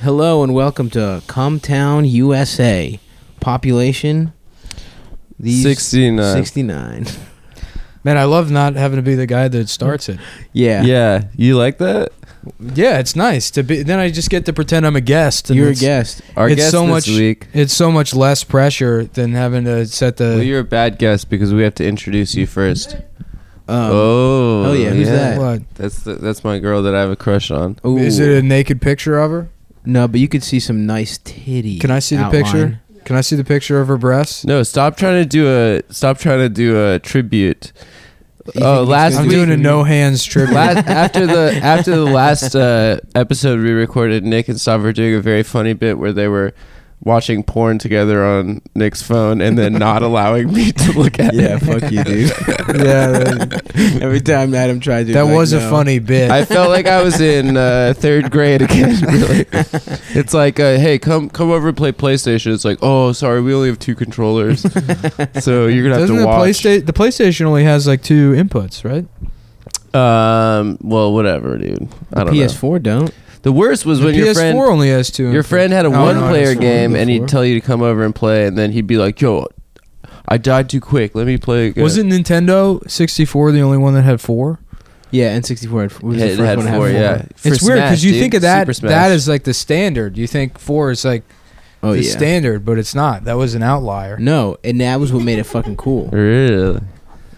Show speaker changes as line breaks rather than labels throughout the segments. Hello and welcome to Comtown, USA. Population these-
69.
69.
Man, I love not having to be the guy that starts it.
Yeah.
Yeah, you like that?
Yeah, it's nice to be. Then I just get to pretend I'm a guest. and
You're a
it's-
guest.
Our
It's
guest
so
this
much-
week.
It's so much less pressure than having to set
uh,
the.
Well, you're a bad guest because we have to introduce you first.
Um,
oh,
oh yeah, who's that?
What?
That's the, that's my girl that I have a crush on.
ooh.
Is it a naked picture of her?
no, but you could see some nice titty.
Can I see the
outline.
picture?
Oh,
Can I see the picture of her breasts?
No, stop trying to do a stop trying to do a tribute.
You
Oh,
think it's
last
gonna
I'm
be-
week-
doing a no hands tribute.
last, after the after the last uh, episode we recorded, Nick and Stav were doing a very funny bit where they were watching porn together on Nick's phone and then not allowing me to look at
Yeah,
it.
fuck you, dude.
yeah, that,
Every time Adam tried to,
that
like,
was a
no.
funny bit.
I felt like I was in uh, third grade again. Really, it's like, uh, hey, come come over and play PlayStation. It's like, oh, sorry, we only have two controllers, so you're gonna have
Doesn't
to
the
watch.
PlayStation the PlayStation only has like two inputs, right?
um, well, whatever, dude.
The
I don't know.
PS4 don't.
The worst was
The
when your
PS4
friend
only has two.
Your
inputs.
friend had a
Oh, no,
one player
it's four,
game and he'd
four.
tell you to come over and play, and then he'd be like, yo, I died too quick. Let me play again.
Wasn't Nintendo 64 the only one that had four?
Yeah, and 64 had, was
it
the
had,
first one to
four,
have
yeah. For
it's weird because
Smash,
you
dude.
think of that
Super Smash.
that is like the standard. You think four is like
Oh
the
yeah.
standard, but it's not. That was an outlier.
no, and that was what made it fucking cool.
Really?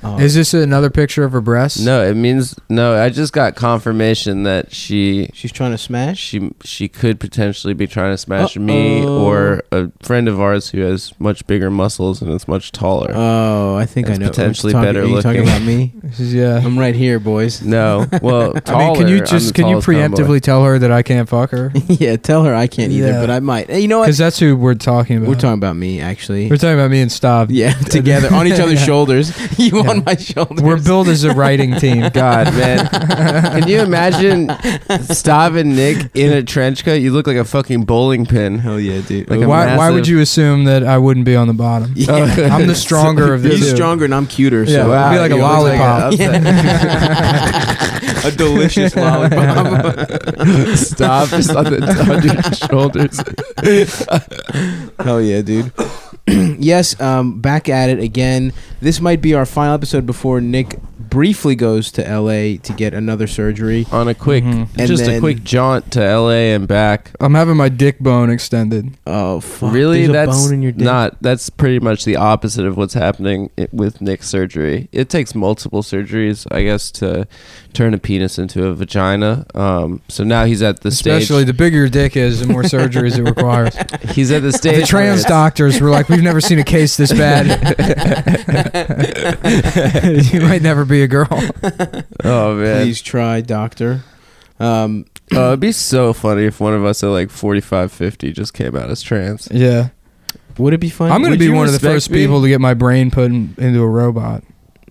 Oh.
Is this another picture of her breasts?
No, it means no. I just got confirmation that she
She's trying to smash.
she she could potentially be trying to smash me
Uh-oh.
or a friend of ours who has much bigger muscles and is much taller.
Uh.
Oh, I think
That's
I know.
potentially
Talking-
better
Are you talking
looking.
about me?
This is- Yeah.
I'm right here, boys.
no, well,
I mean, can
taller,
you
I'm the
just can you
tallest cowboy.
preemptively tell her that I can't fuck her?
yeah, tell her I can't either,
Yeah.
but I might. Hey, you know what?
Because that's who we're talking about.
We're talking about me, actually.
We're talking about me and Stav.
yeah, together on each other's
Yeah.
shoulders. You
Yeah.
on my shoulders.
We're built as a writing team.
God, man. Can you imagine Stav and Nick in a trench coat? You look like a fucking bowling pin.
Hell yeah, dude.
Like a
why, why
massive-
would you assume that I wouldn't be on the bottom?
Yeah.
I'm the stronger of the
You're
two.
stronger and I'm cuter.
Yeah,
so
it'd be like a
you look
lollipop.
a delicious lollipop.
Stav just on, the, on your shoulders.
Hell yeah, dude. yes, um, back at it again. This might be our final episode before Nick briefly goes to LA to get another surgery.
On a quick,
Mhm.
And
just
then-
a quick jaunt to LA and back.
I'm having my dick bone extended.
Oh fuck!
really,
there's a
that's
bone in your dick.
not. That's pretty much the opposite of what's happening i- with Nick's surgery. It takes multiple surgeries, I guess, to turn a penis into a vagina. Um, so now he's at the
Especially the bigger your dick is, the more surgeries it requires.
stage. He's at the stage.
The trans
where-
doctors were like, "We've never seen a case this bad. you might never be a girl."
Oh man.
Please try, doctor. Um,
Oh, it'd be so funny if one of us at like 45, 50 just came out as trans.
Yeah,
would it be funny?
I'm gonna
Would
be
you
one of the
respect
first
me?
people to get my brain put in, into a robot.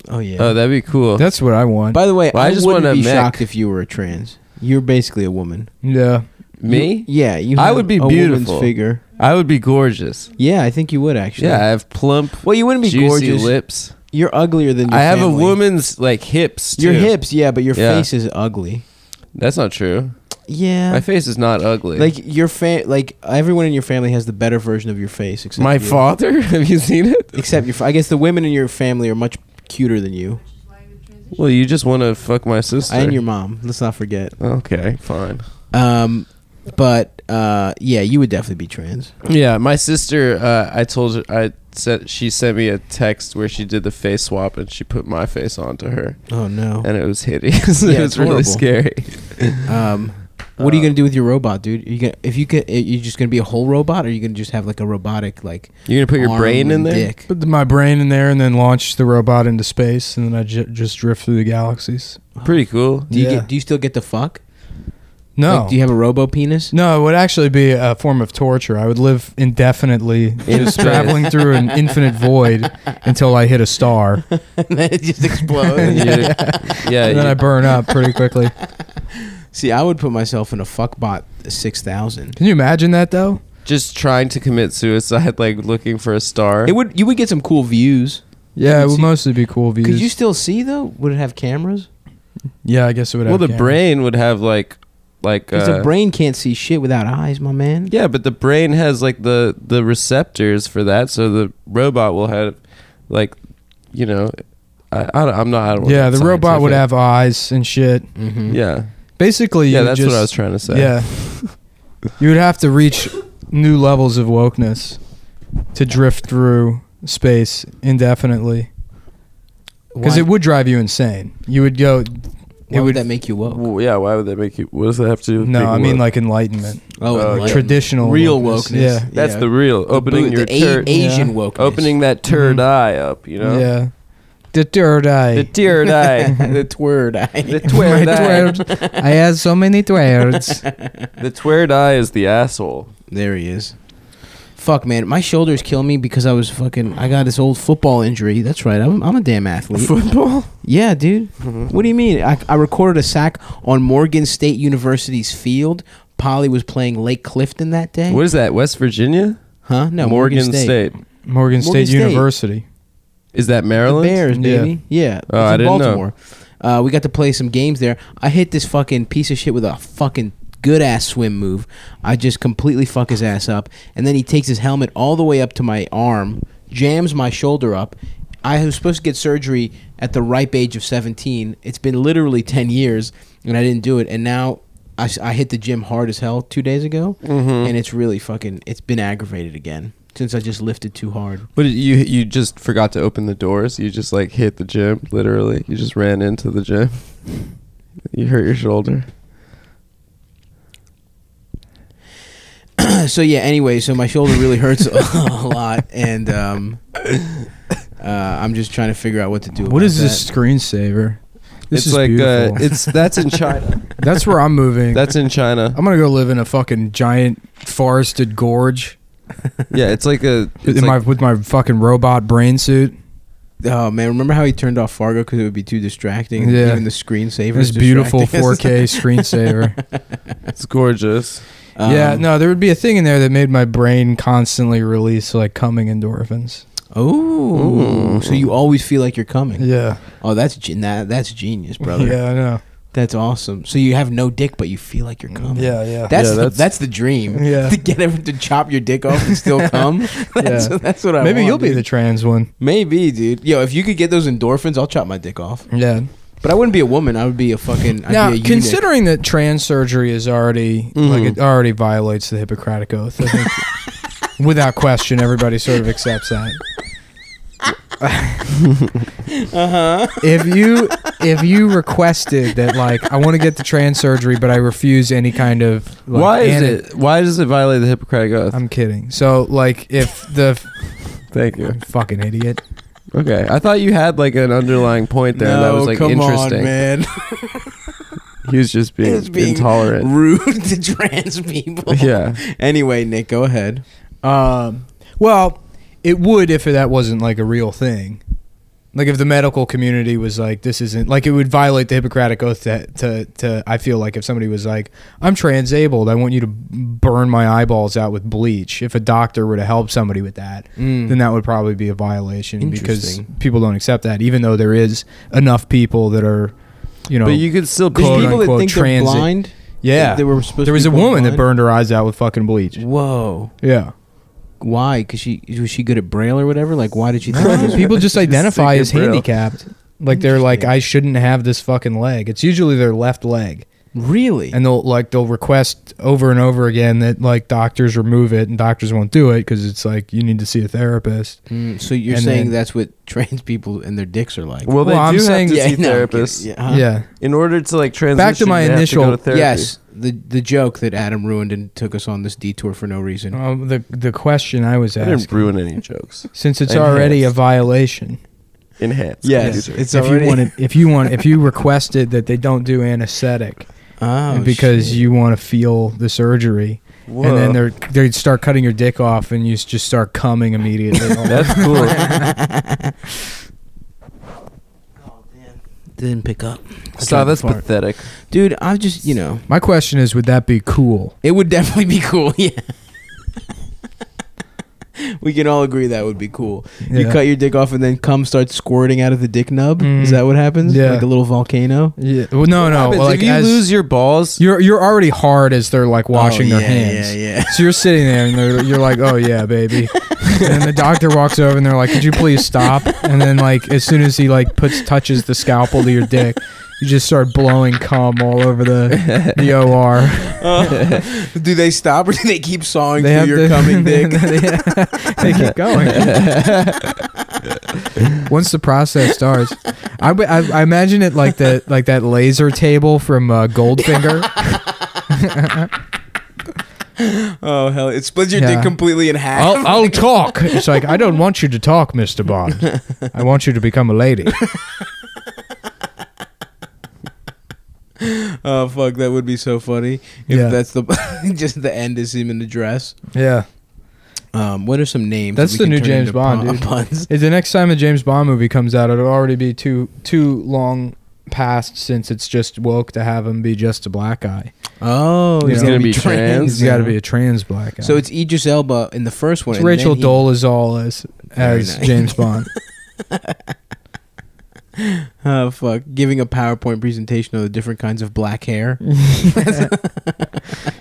Oh yeah.
Oh, that'd be cool.
That's what I want.
By the way,
Well,
I,
I just
wouldn't
wanna
be
mech.
shocked if you were a trans. You're basically a woman.
yeah,
You-
Me?
yeah, you.
I
have
would be
a
beautiful.
Woman's figure.
I would be gorgeous.
Yeah, I think you would actually.
Yeah, I have plump,
Well, you wouldn't be
juicy
gorgeous.
lips.
You're uglier than. Your
I have a
family.
woman's like hips. Too.
Your hips, yeah, but your
Yeah.
face is ugly.
That's not true.
Yeah.
My face is not ugly.
like your fa- like everyone in your family has the better version of your face except
my
you.
father. have you seen it?
Except your, fa- I guess the women in your family are much cuter than you,
Well, you just want to fuck my sister.
and your mom. Let's not forget.
okay, fine.
Um, but uh, yeah, you would definitely be trans.
Yeah, my sister. Uh, I told her. I said she sent me a text where she did the face swap and she put my face onto her,
Oh no.
and it was hideous.
Yeah,
it
it's
was really
horrible.
scary.
Um, what are you
Uh,
gonna do with your robot, dude? Are you gonna if you could, are you just gonna be a whole robot, or are you gonna just have like a robotic like
You're gonna put your
arm
brain in
and
there.
Dick?
put my brain in there and then launch the robot into space, and then I ju- just drift through the galaxies.
Pretty cool.
Do you
Yeah.
get? Do you still get the fuck?
No,
Like, do you have a robo penis?
no, it would actually be a form of torture. I would live indefinitely, just
space.
traveling through an infinite void until I hit a star.
and then it just
And
explodes.
you- Oh, yeah.
and then
you-
I burn up pretty quickly.
See, I would put myself in a fuckbot six thousand.
Can you imagine that though?
just trying to commit suicide, like looking for a star.
It would. You would get some cool views.
Yeah,
could
it would
see-
mostly be cool views.
Could you still see though? Would it have cameras?
yeah, I guess it would.
well,
have
the
cameras.
brain would have like like
Because
uh,
the brain can't see shit without eyes, my man.
Yeah, but the brain has like the the receptors for that, so the robot will have like you know, I, I don't, I'm not. I don't wanna
yeah,
get
the robot would
scientific.
have eyes and shit.
Mm-hmm.
Yeah,
Basically,
yeah,
you
that's
just,
what I was trying to say.
Yeah, you would have to reach new levels of wokeness to drift through space indefinitely because it would drive you insane. You would go.
why
it
would,
would.
that make you woke?
Well, yeah. Why would that make you? What does that have to do? with
no,
being
I mean
woke?
like enlightenment,
uh,
Oh, enlightenment.
Like,
traditional
real wokeness.
Yeah,
that's
yeah.
the real opening
Bo-
your
the A-
turd,
Asian
Yeah.
wokeness.
opening that turd
Mhm.
eye up. You know,
yeah. The third eye.
the turd eye,
the twird
the
eye.
twird
My
eye,
twird. I had so many twerds.
the twird eye is the asshole.
There he is. Fuck man, my shoulders kill me because I was fucking. I got this old football injury. That's right. I'm, I'm a damn athlete.
Football. Mm-hmm.
Yeah, dude. What do you mean? I, I recorded a sack on Morgan State University's field. Polly was playing Lake Clifton that day.
What is that? West Virginia?
Huh? No,
Morgan, State.
Morgan
Morgan State
State.
University.
Is that
The
Maryland?
Bears,
Yeah.
baby. Yeah.
Oh,
it's
I
in
didn't know.
Baltimore. Uh, we got to play some games there. I hit this fucking piece of shit with a fucking good ass swim move. I just completely fuck his ass up. And then he takes his helmet all the way up to my arm, jams my shoulder up. I was supposed to get surgery at the ripe age of 17. It's been literally 10 years, and I didn't do it. And now I, s- I hit the gym hard as hell two days ago,
Mm-hmm.
and it's really fucking, it's been aggravated again since I just lifted too hard.
What did you you just forgot to open the doors? You just like hit the gym, literally. You just ran into the gym. You hurt your shoulder.
so yeah anyway so my shoulder really hurts a lot and um uh, i'm just trying to figure out what to do
What
about
is
that.
this screensaver? This
it's
is
like
beautiful.
uh it's that's in China.
That's where I'm moving.
that's in China.
I'm gonna go live in a fucking giant forested gorge
Yeah, it's like a it's
in my
like,
with my fucking robot brain suit.
oh man remember how he turned off fargo because it would be too distracting and
Yeah.
even the screensaver
This
is
beautiful
distracting.
4K screensaver.
it's gorgeous.
Um,
yeah, no, there would be a thing in there that made my brain constantly release like coming endorphins.
oh so you always feel like you're coming
Yeah,
oh that's gen- that, that's genius brother
Yeah, I know.
that's awesome so you have no dick but you feel like you're coming
Yeah, yeah.
that's,
Yeah,
the, that's
that's-
the dream
Yeah.
to get everyone to chop your dick off and still come that's,
Yeah.
that's what i
Maybe
want,
you'll be
dude.
the trans one.
Maybe, dude. Yo, if you could get those endorphins, I'll chop my dick off.
Yeah.
But I wouldn't be a woman. I would be a fucking. I'd
now,
be a eunuch. Mm-hmm.
considering that trans surgery is already like it already violates the Hippocratic oath, I think without question, everybody sort of accepts that.
Uh-huh.
If you if you requested that, like, I want to get the trans surgery, but I refuse any kind of like,
why is
ana-
it why does it violate the Hippocratic Oath?
I'm kidding. So, like, if the
Thank you.
fucking idiot,
Okay. I thought you had like an underlying point there that was like interesting.
man.
He was just being,
It's being
intolerant.
Rude to trans people.
Yeah.
Anyway, Nick, go ahead.
um, well, it would if that wasn't like a real thing. Like if the medical community was like, this isn't like it would violate the Hippocratic oath to to, to I feel like if somebody was like, I'm transabled, I want you to burn my eyeballs out with bleach. If a doctor were to help somebody with that, then that would probably be a violation because
Interesting.
people don't accept that, even though there is enough people that are, you know,
But you could still
There's
Quote,
be
people that
unquote,
think they're
transit.
blind.
yeah.
that They were supposed. to
there was
be
a
born
woman that
blind.
burned her eyes out with fucking bleach.
Whoa.
Yeah.
Why? Because she was she good at braille or whatever. Like, why did she?
No,
think
people just identify
thinking
as
Braille.
handicapped. Like they're like, I shouldn't have this fucking leg. It's usually their left leg,
really.
and they'll like they'll request over and over again that like doctors remove it, and doctors won't do it because it's like you need to see a therapist.
Mm, so you're
and
saying
then-
that's what trans people and their dicks are like.
well, they
Well, I'm
do
saying-
have to
yeah,
see
no, I'm kidding.
therapists.
Yeah, huh?
Yeah,
In order to like transition,
my
they have
initial-
go to therapy.
Yes, the the joke that Adam ruined and took us on this detour for no reason.
um, the the question I was
I didn't
asked
ruin any jokes.
since it's
Enhanced.
already a violation.
Enhance.
Yes, it's
if
already-
you want it, if you want if you requested that they don't do anesthetic
Oh,
because
shit.
you want to feel the surgery, and then they're they start cutting your dick off, and you s- just start coming immediately.
that's cool.
Oh, didn't pick up.
Stop. That's
Fart.
pathetic.
Dude, I just, you know,
My question is, would that be cool?
it would definitely be cool. Yeah. we can all agree that would be cool. You
Yeah.
cut your dick off and then cum starts squirting out of the dick nub.
Mm.
Is that what happens?
Yeah.
Like a little volcano.
Yeah. Well, no, no. Well, like
if you
as,
lose your balls,
you're you're already hard as they're like washing
Oh,
their hands.
Yeah, yeah.
So you're sitting there and they're, you're like, oh yeah, baby. and then the doctor walks over and they're like, could you please stop? And then like as soon as he like puts touches the scalpel to your dick, you just start blowing cum all over the the OR.
do they stop or do they keep sawing
They
through
have
your
to-
coming dick?
they keep going. Once the process starts, I, w- I- I imagine it like the like that laser table from uh, Goldfinger.
Oh hell! It splits your dick
Yeah.
completely in half.
I'll, I'll talk. It's like I don't want you to talk, Mister Bond. I want you to become a lady.
Oh fuck, that would be so funny if
Yeah.
that's the just the end is him in the dress.
Yeah.
Um, what are some names?
That's
we
the
can
new
turn
James
into
Bond,
pun-
dude.
puns?
If the next time a James Bond movie comes out, it'll already be too too long past since it's just woke to have him be just a black guy.
Oh,
He's gonna
be trans.
He's got to be a trans black guy.
So it's Idris Elba in the first one.
It's
and then
Rachel
he-
Dolezal as
Very
as
nice.
James Bond.
Oh fuck, giving a PowerPoint presentation of the different kinds of black hair.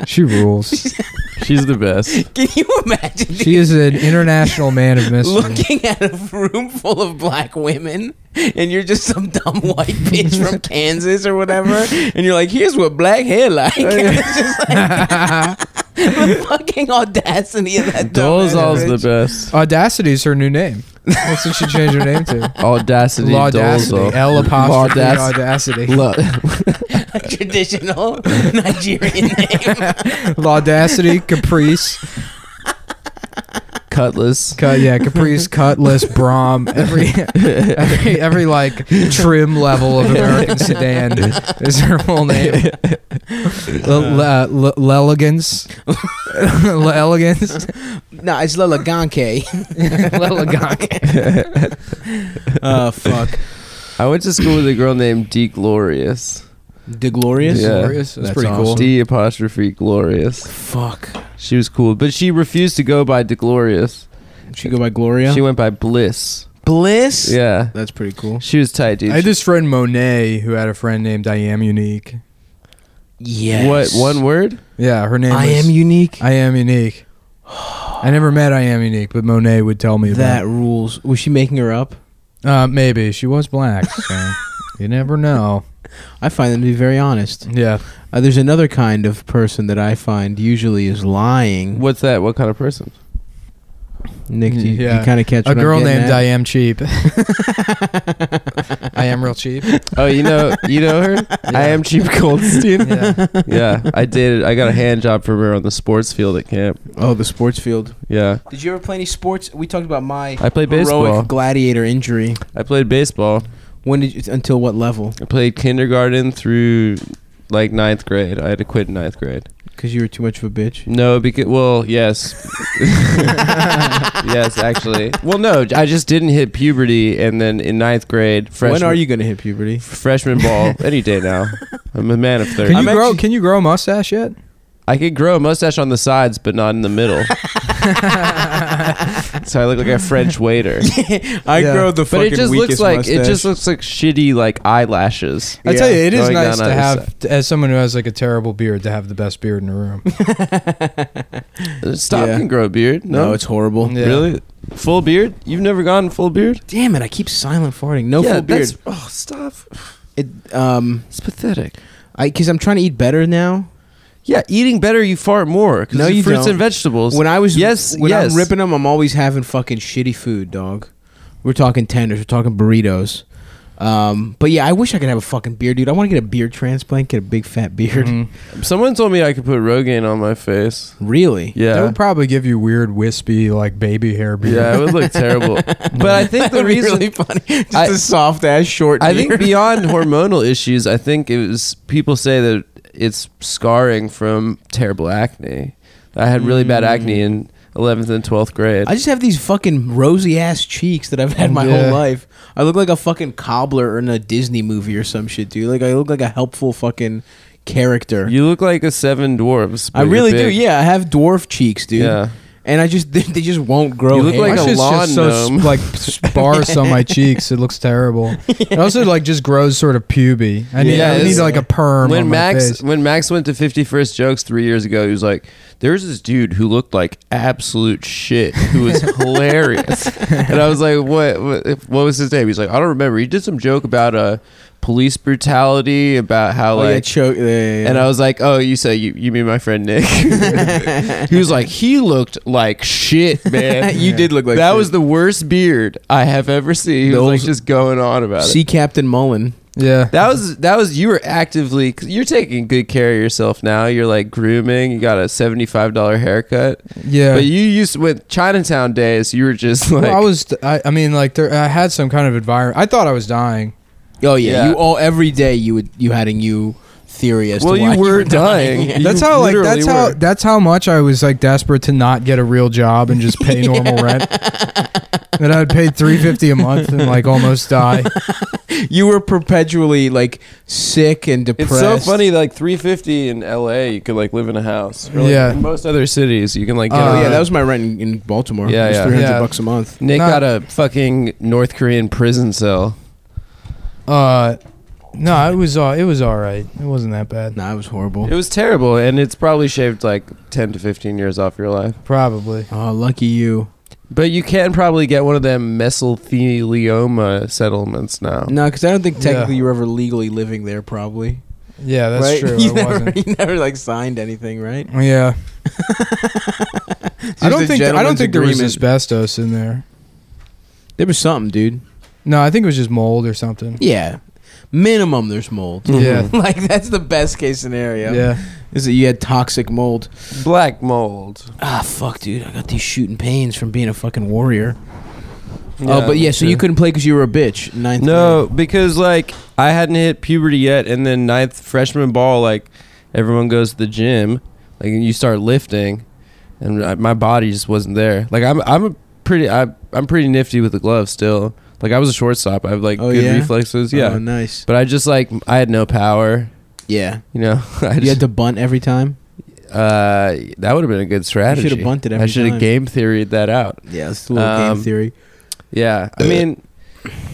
she rules.
she's the best.
Can you imagine?
She is an international man of mystery.
Looking at a room full of black women, and you're just some dumb white bitch from Kansas or whatever, and you're like, "Here's what black hair like." it's just like the fucking audacity of that. dumbass
Dolezal's the
bitch.
best.
Audacity is her new name. That's what she changed her name to.
Audacity.
Laudacity.
Dolezal.
L apostrophe
Laudac-
audacity.
Lo-
traditional Nigerian name.
Laudacity, caprice,
Cutlass.
cut yeah, caprice, cutlass, Brom, every every every like trim level of American sedan is her whole name. L- l- uh, l- elegance, elegance,
no, it's Lola Ganke. Oh, fuck.
I went to school with a girl named D Glorious.
De Glorious?
Yeah.
Glorious? That's pretty cool.
D apostrophe Glorious.
Fuck.
She was cool, but she refused to go by De Glorious.
She go by Gloria?
She went by Bliss.
Bliss?
Yeah.
That's pretty cool.
She was tight, dude.
I had this friend Monet who had a friend named I am unique.
Yes.
What one word?
Yeah, her name.
I
was,
am unique.
I am unique. I never met I am unique, but Monet would tell me
that rules. Was she making her up?
About. Uh, maybe she was black, so you never know.
I find them to be very honest.
Yeah,
Uh, there's another kind of person that I find usually is lying.
What's that? What kind of person?
Nick, do you,
Yeah.
kind of catch
a
what I'm
girl
getting
named
at?
I am cheap. I am real cheap.
Oh, you know, you know her. I am Cheap Goldstein.
Yeah.
yeah, I dated. I got a hand job from her on the sports field at camp.
Oh, the sports field.
Yeah,
Did you ever play any sports? We talked about my
I played baseball.
heroic gladiator injury.
I played baseball.
When did you, until what level?
I played kindergarten through like ninth grade. I had to quit in ninth grade.
Because you were too much of a bitch.
No, because well, yes, yes, actually. Well, no, I just didn't hit puberty, and then in ninth grade, freshman,
When are you going to hit puberty?
freshman ball any day now. I'm a man of thirty.
Can you
I'm
grow?
actually-
can you grow a mustache yet?
I could grow a mustache on the sides, but not in the middle. so I look like a French waiter.
I
Yeah.
grow the
But
fucking
it just looks
weakest
like it
mustache.
just looks like shitty like eyelashes.
I tell you, it is
Going
nice
down
to
either
have, as someone who has like a terrible beard, to have the best beard in the room.
Uh, Stop
Yeah.
and grow a beard. No,
no, it's horrible.
Yeah.
really full beard. You've never gotten full beard.
Damn it! I keep silent farting. No
yeah,
full beard.
that's- Oh, stop.
It, um,
It's pathetic.
I because I'm trying to eat better now.
Yeah, eating better, you fart more. 'cause
No,
it's
you
fruits
don't.
and vegetables.
When I was
yes,
when
yes.
I'm ripping them, I'm always having fucking shitty food, dog. We're talking tenders. We're talking burritos. Um, but yeah, I wish I could have a fucking beard, dude. I want to get a beard transplant. Get a big fat beard.
Mhm.
Mm-hmm. Someone told me I could put Rogaine on my face.
Really?
That
Yeah.
would probably give you weird, wispy, like baby hair beard.
Yeah, it would look terrible. But I think the
That'd be
reason
really funny. Just
I-
a soft ass short.
I
beard.
think beyond hormonal issues, I think it was people say that it's scarring from terrible acne. I had really bad acne in 11th and 12th grade.
Mm. I just have these fucking rosy ass cheeks that I've had my
Yeah.
whole life. I look like a fucking cobbler in a Disney movie or some shit, dude. Like I look like a helpful fucking character.
you look like a seven dwarves.
I
but you're
really do.
big.
Yeah, I have dwarf cheeks, dude.
Yeah.
and I just they, they just won't grow.
You look
hair.
like
my
a
shit's
lawn
just so
gnome.
sp- like sparse on my cheeks. It looks terrible. It also like just grows sort of puby. I need,
Yeah,
I need
it's-
like a perm
when
on my
Max
face.
when Max went to 51st Jokes three years ago, he was like, "There's this dude who looked like absolute shit, who was hilarious." And I was like, "What? What, what was his name?" He's like, "I don't remember." He did some joke about uh, police brutality, about how
Oh,
like.
yeah, choke. yeah, yeah, yeah.
And I was like, "Oh, you say you, you mean my friend Nick?" he was like, "He looked like shit, man.
you did look like
that
shit.
was the worst beard I have ever seen." He was like
Those-
just going on about it.
see Captain Mullen.
Yeah.
That was that was you were actively cause you're taking good care of yourself now. You're like grooming. You got a seventy five dollar haircut,
Yeah.
but you used with Chinatown days. You were just like
Well, I was. I, I mean, like there. I had some kind of environment. I thought I was dying.
Oh yeah,
Yeah.
you all every day you would you had a new theory as
Well,
to
you
why
were dying. You
that's how like
literally
that's how
were.
that's how much I was like desperate to not get a real job and just pay normal rent. That I'd pay three fifty a month and like almost die.
you were perpetually like sick and
It's
depressed.
so funny. Like three fifty in L.A., you could like live in a house. Or, like,
Yeah.
in most other cities, you can like get.
Oh
around.
yeah, that was my rent in, in Baltimore.
uh, Yeah,
it was
yeah.
three hundred
Yeah.
bucks a month.
Nick
Nah.
got a fucking North Korean prison cell.
Uh, no, it was all it was all right. It wasn't that bad.
Nah, it was horrible.
It was terrible, and it's probably shaved like ten to fifteen years off your life.
Probably.
oh, lucky you.
But you can probably get one of them mesothelioma settlements now.
No, because I don't think technically
Yeah.
you were ever legally living there. Probably.
Yeah, that's
right?
true.
You
I
never,
wasn't.
you never like signed anything, right?
Yeah. I
Just a
don't think I don't
gentleman's
think there was
agreement.
asbestos in there.
There was something, dude.
No, I think it was just mold or something.
Yeah, minimum there's mold.
Mm-hmm.
Yeah.
like that's the best case scenario.
Yeah.
is that you had toxic mold.
Black mold.
Ah, fuck, dude. I got these shooting pains from being a fucking warrior. Oh, but yeah, so you couldn't play because you were a bitch. in Ninth
No, because like I hadn't hit puberty yet, and then ninth freshman ball, like everyone goes to the gym, like and you start lifting, and I, my body just wasn't there. Like I'm, I'm a pretty, I, I'm pretty nifty with the glove still. Like I was a shortstop. I have like
Oh,
good
yeah?
reflexes.
grade.
Yeah,
Oh, nice.
but I just like I had no power.
Yeah.
You know, I
You had
just,
to bunt every time?
uh, that would have been a good strategy.
You should have bunted every
I should have
game.
game theoried that out.
Yeah, it's a little
Um,
game theory.
Yeah. I mean,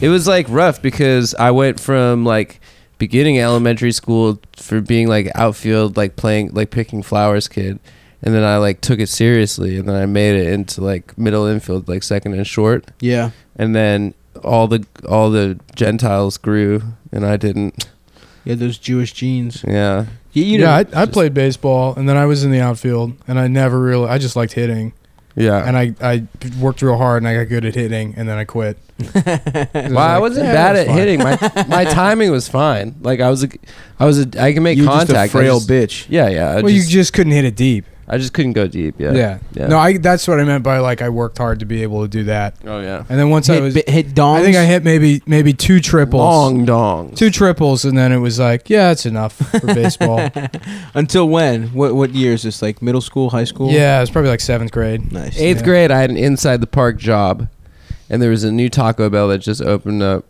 it was like rough because I went from like beginning elementary school for being like outfield, like playing, like picking flowers kid. And then I like took it seriously and then I made it into like middle infield, like second and short.
Yeah.
And then all the all the Gentiles grew and I didn't.
Yeah, those Jewish genes.
Yeah.
Yeah, you know,
yeah, I, I played baseball and then I was in the outfield and I never really I just liked hitting
Yeah.
and I, I worked real hard and I got good at hitting and then I quit.
Well, I wasn't bad at hitting. My my timing was fine. Like I was a, I was a, I can make
you were
contact.
just a
I
frail
just-
bitch.
Yeah, yeah. I
well,
just,
you just couldn't hit it deep.
I just couldn't go deep. Yeah.
Yeah.
Yeah.
No, I that's what I meant by like I worked hard to be able to do that.
Oh yeah.
And then once I
hit,
was
bi- hit dongs?
I think I hit maybe maybe two triples.
Long dong.
Two triples and then it was like, yeah, it's enough for baseball.
Until when? What what year is this? Like middle school, high school?
Yeah, it was probably like 7th grade.
Nice.
Eighth
Yeah.
grade, I had an inside the park job, and there was a new Taco Bell that just opened up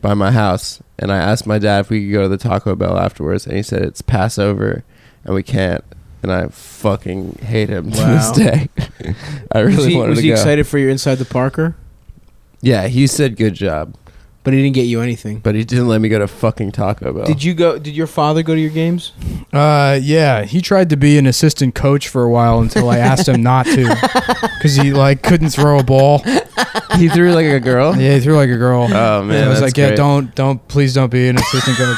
by my house. And I asked my dad if we could go to the Taco Bell afterwards, and he said it's Passover and we can't. And I fucking hate him to this
Wow.
day. I
was
really
he,
wanted
was
to
he
go.
excited for your Inside the Parker?
Yeah, he said good job,
But uh, he didn't get you anything.
but he didn't let me go to fucking Taco Bell.
Did you go? Did your father go to your games?
Uh, yeah, he tried to be an assistant coach for a while until I asked him not to because he like couldn't throw a ball.
he threw like a girl.
Yeah, he threw like a girl.
Oh man,
And I was
that's
like, yeah,
great.
don't, don't, please don't be an assistant coach.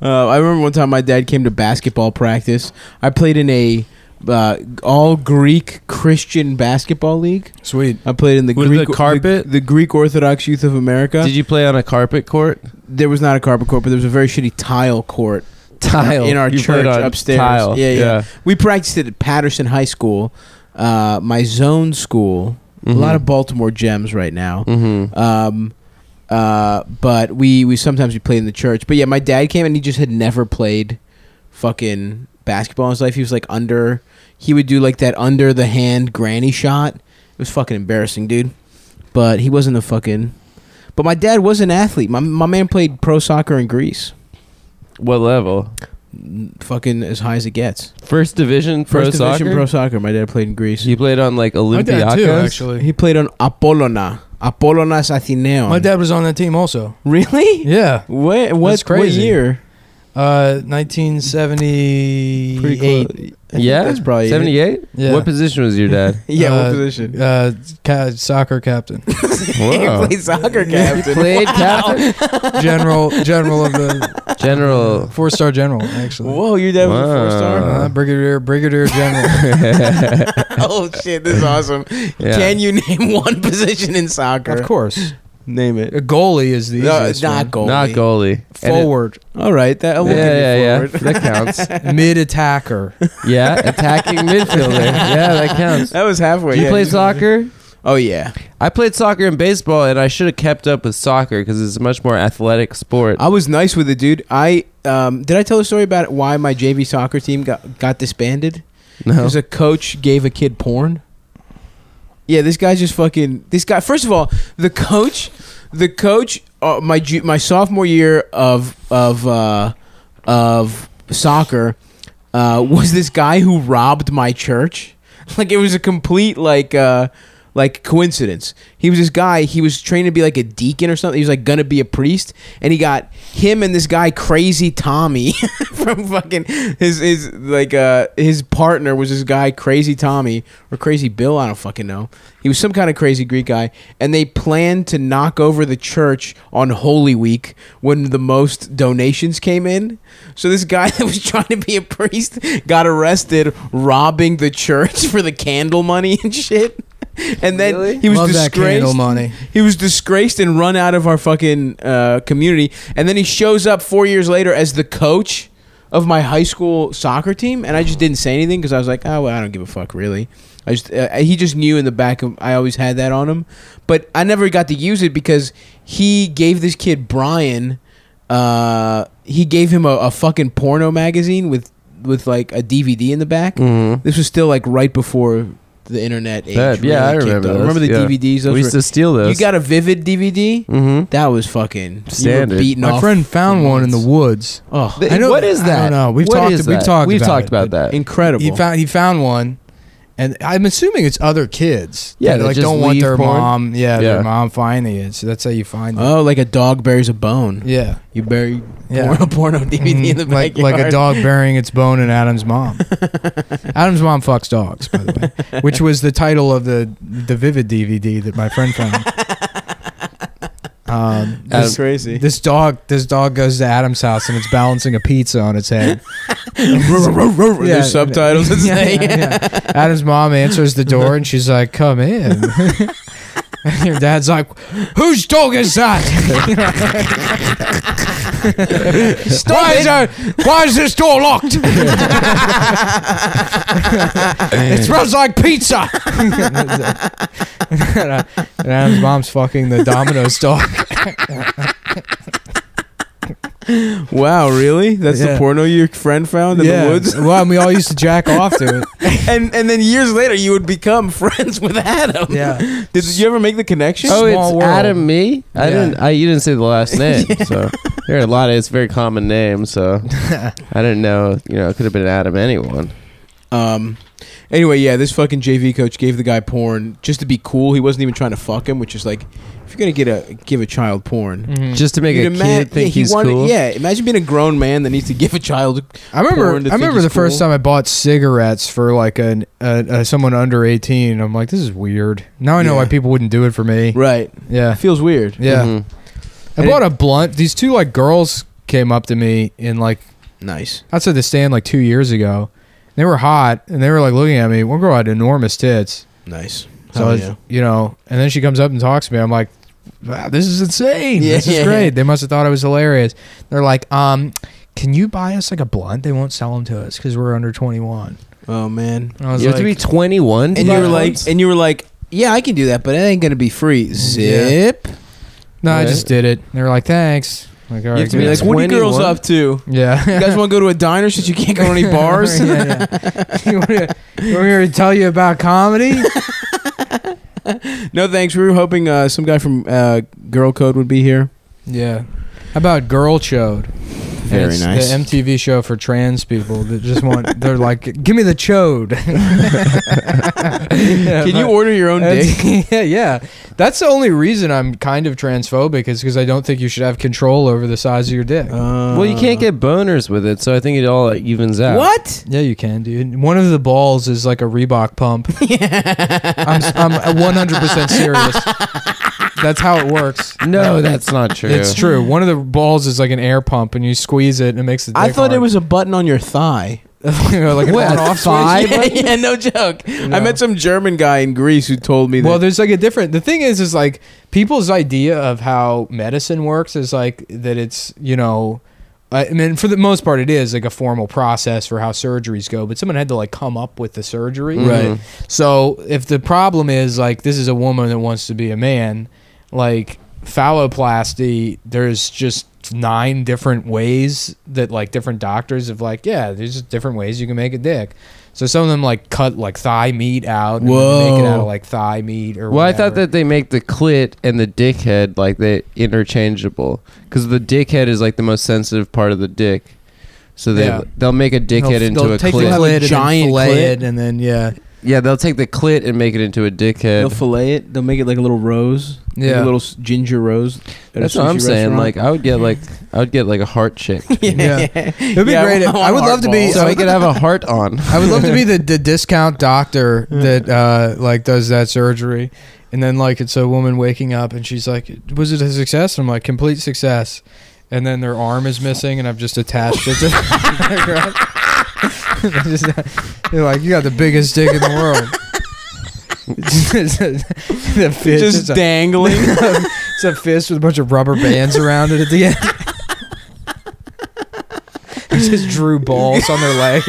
Uh, I remember one time my dad came to basketball practice. I played in a uh, all Greek Christian basketball league.
Sweet.
I played in the
With
Greek
the carpet?
the, the Greek Orthodox Youth of America.
Did you play on a carpet court?
there was not a carpet court, but there was a very shitty tile court.
Tile
In our
You
church
played on
upstairs.
Tile.
Yeah, yeah. We practiced it at Patterson High School, uh, my zone school. A lot of Baltimore gems right now.
Mm-hmm.
Um, uh, but we we sometimes we played in the church. But yeah, my dad came and he just had never played fucking basketball in his life. He was like under. He would do like that under the hand granny shot. It was fucking embarrassing, dude. But he wasn't a fucking. But my dad was an athlete. My my man played pro soccer in Greece.
What level?
fucking as high as it gets.
First division pro
First
soccer.
division pro soccer. My dad played in Greece.
you played on like
My
Olympiacos.
dad too, actually.
He played on Apollona. Apollonas Athenaeum.
My dad was on that team also.
really?
Yeah,
What? What?
That's crazy.
What year?
uh, 1978.
close.
Yeah,
that's probably it.
seventy-eight.
Yeah.
What position was your dad?
Yeah.
Uh,
what position?
Uh, ca- soccer captain,
Whoa.
he played soccer
You
captain.
played captain,
general, general of the
general.
four star general actually.
Whoa, your dad was a four star.
Wow.
Uh, brigadier, brigadier general.
oh shit, this is awesome.
Yeah.
Can you name one position in soccer?
of course,
Name it.
a goalie is the
No,
easiest
not
one.
goalie.
Not goalie. And it-
Forward,
All right, that. We'll
yeah, yeah, yeah.
give you forward.
That counts.
mid attacker.
Yeah, attacking midfielder. Yeah, that counts.
That was halfway.
Do you
yeah.
play soccer?
Oh yeah.
I played soccer and baseball, and I should have kept up with soccer because it's a much more athletic sport.
I was nice with it, dude. I um, did I tell the story about why my JV soccer team got got disbanded?
No.
Because a coach gave a kid porn. Yeah, this guy just fucking. This guy. First of all, the coach, the coach. Uh, my ju- my sophomore year of of uh, of soccer uh, was this guy who robbed my church. Like it was a complete like uh, like coincidence. He was this guy. He was trained to be like a deacon or something. He was like gonna be a priest, and he got him and this guy crazy Tommy from fucking his his like uh his partner was this guy crazy Tommy or crazy Bill. I don't fucking know. He was some kind of crazy Greek guy, and they planned to knock over the church on Holy Week when the most donations came in. So this guy that was trying to be a priest got arrested robbing the church for the candle money and shit. And then
Really?
he was
Love that
disgraced.
candle money.
He was disgraced and run out of our fucking uh, community. And then he shows up four years later as the coach of my high school soccer team. And I just didn't say anything because I was like, oh, well, I don't give a fuck, really. I just uh, he just knew in the back of I always had that on him, but I never got to use it because he gave this kid Brian, uh, he gave him a, a fucking porno magazine with with like a DVD in the back.
Mhm.
This was still like right before the internet age.
That- yeah, I
kicked
remember
off.
those,
Remember the
yeah.
DVDs? Those
We
were-
used to steal those.
you got a vivid DVD?
Mm-hmm.
That was fucking You
Standard.
were beaten
My
off
friend found
for
one in the
months.
woods.
Oh,
I know-
what is
I
that?
don't know. We've
What
talked-
is
we've
that?
talked
We've
about
talked
it,
about
but-
that.
incredible.
He found he found one, and I'm assuming it's other kids.
Yeah,
that,
that
like
just
don't want
leave
their
porn.
mom. Yeah,
Yeah.
their mom finding it. So that's how you find it.
oh, like a dog buries a bone.
Yeah,
You bury
Yeah.
porno, porno DVD in the
Mhm. like
backyard.
like a dog burying its bone in Adam's mom. Adam's mom fucks dogs, by the way, which was the title of the the Vivid DVD that my friend found. Um,
That's
Adam-
this,
crazy.
this dog, this dog goes to Adam's house and it's balancing a pizza on its head. Yeah.
There's subtitles. and
Yeah,
stuff.
yeah, yeah. Adam's mom answers the door and she's like, "Come in." and your dad's like, "Whose dog is that? why, is there, why is this door locked? it smells like pizza." and Adam's mom's fucking the Domino's dog.
Wow, really? That's the
Yeah.
porno your friend found in the woods.
Well, and we all used to jack off to it.
and and then years later, you would become friends with Adam.
Yeah.
Did you ever make the connection?
Oh,
Small
it's
world.
Adam me. I
Yeah.
didn't. I you didn't say the last name, so there are a lot of. It's a very common name, so I didn't know. You know, it could have been Adam anyone.
Um. Anyway, yeah, this fucking JV coach gave the guy porn just to be cool. He wasn't even trying to fuck him, which is like, if you're gonna get a give a child
Mm.
porn,
Mm-hmm.
Just to make
you'd
a
ima-
kid think
yeah, he
he's
wanted-
cool.
Yeah, imagine being a grown man that needs to give a child.
I remember.
porn to
I
think
remember
it's
the first
cool.
time I bought cigarettes for like an uh, uh, someone under eighteen. I'm like, this is weird. Now I know
Yeah.
why people wouldn't do it for me.
Right, Mm-hmm.
Yeah,
it feels weird.
yeah.
Mhm.
I bought a blunt. These two like girls came up to me in like
Nice.
outside the stand like two years ago. They were hot and they were like looking at me. One girl had enormous tits.
Nice.
So I
Oh,
was-
yeah.
you know, and then she comes up and talks to me. I'm like, wow, this is insane.
Yeah,
this is
yeah,
great.
yeah.
They must have thought I was hilarious. They're like, um, can you buy us like a blunt? They won't sell them to us because we're under 21.
Oh man.
And I was
You have
like,
to be 21. to
And you
buy
were like,
ones?
and you were like, yeah, I can do that, but it ain't gonna be free. Zip.
no, I
Yeah.
just did it. And they were like, thanks. I'm like, all
You
right,
have to
Be
be
good.
like, what are you girls
21?
up to?
yeah.
You guys want to go to a diner since you can't go to any bars?
yeah, yeah. you want me to- you want me to tell you about comedy?
no thanks. We were hoping uh, some guy from uh, Girl Code would be here.
yeah. How about girl chode?
Very
And it's
nice.
The MTV show for trans people that just want. they're like, give me the chode.
Can you order your own dick?
yeah, yeah. That's the only reason I'm kind of transphobic is because I don't think you should have control over the size of your dick.
Uh,
Well,
uh,
you can't get boners with it, so I think it all evens out.
What?
yeah, you can, dude. One of the balls is like a Reebok pump. I'm, I'm 100% serious. That's how it works.
No, that's not true.
It's true. One of the balls is like an air pump, and you squeeze it, and it makes the. Dick
I thought
hard.
it was a button on your thigh.
You
Oh,
know, like an
What,
on-off switch.
yeah, yeah, no joke. I
No.
met some German guy in Greece who told me that.
Well, there's like a different. The thing is, is like people's idea of how medicine works is like that it's you know, I I mean for the most part it is like a formal process for how surgeries go, but someone had to like come up with the surgery,
Right.
So if the problem is like this is a woman that wants to be a man, like phalloplasty, there's just nine different ways that like different doctors have like yeah, there's just different ways you can make a dick. So some of them like cut like thigh meat out, and then make it out
Whoa.
of like thigh meat or.
Well, I
whatever.
thought that they make the clit and the dickhead like they interchangeable because the dickhead is like the most sensitive part of the dick. So they
Yeah.
they'll make a dickhead into a
take
clit.
The clit
Have a
giant
giant
fillet
clit?
it, and then yeah,
yeah, they'll take the clit and make it into a
they'll
dickhead.
fillet it. They'll make it like a little rose. like a
Yeah.
little s- ginger rose. at a
That's what I'm
sushi
saying.
restaurant.
Like I would get like I would get like a heart chick.
Yeah. it'd be
Yeah,
great.
I
I,
want
would
hard
love to be.
balls.
so I could have a heart on.
I would love to be the, the discount doctor that uh, like does that surgery, and then like it's a woman waking up and she's like, "Was it a success?" And I'm like, "Complete success," and then their arm is missing, and I've just attached it to. They just, they're like, "You got the biggest dick in the world." The fist-
just
it's a-
dangling.
it's a fist Um, with a bunch of rubber bands around it at the end. he just drew balls on their leg.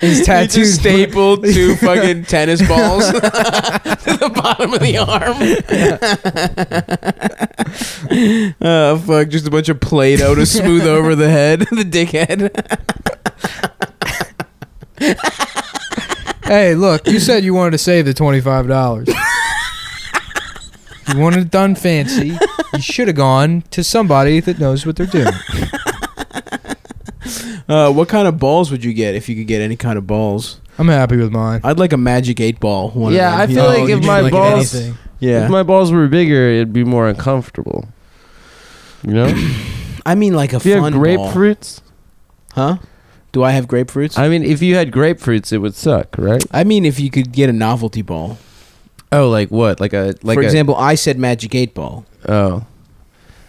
His
Tattoo
tattooed
stapled to fucking tennis balls to the bottom of the arm. uh, fuck, just a bunch of Play-Doh to smooth over the head, the dickhead.
Hey, look, you said you wanted to save the twenty-five dollars. you wanted it done fancy. You should have gone to somebody that knows what they're doing.
Uh, what kind of balls would you get if you could get any kind of balls?
I'm happy with mine.
I'd like a magic eight ball. One
Yeah,
of them,
I
you
feel
know?
like
you
if
just
my
like
balls-
anything.
yeah.
If my balls were bigger, it'd be more uncomfortable. You know, if
I mean, like a
you
fun
have
ball.
grapefruits,
huh? Do I have grapefruits? I,
I mean, if you had grapefruits, it would suck, right?
mean, if you could get a novelty ball.
Oh, like what? Like a like
For
a,
example, I said magic eight ball.
Oh.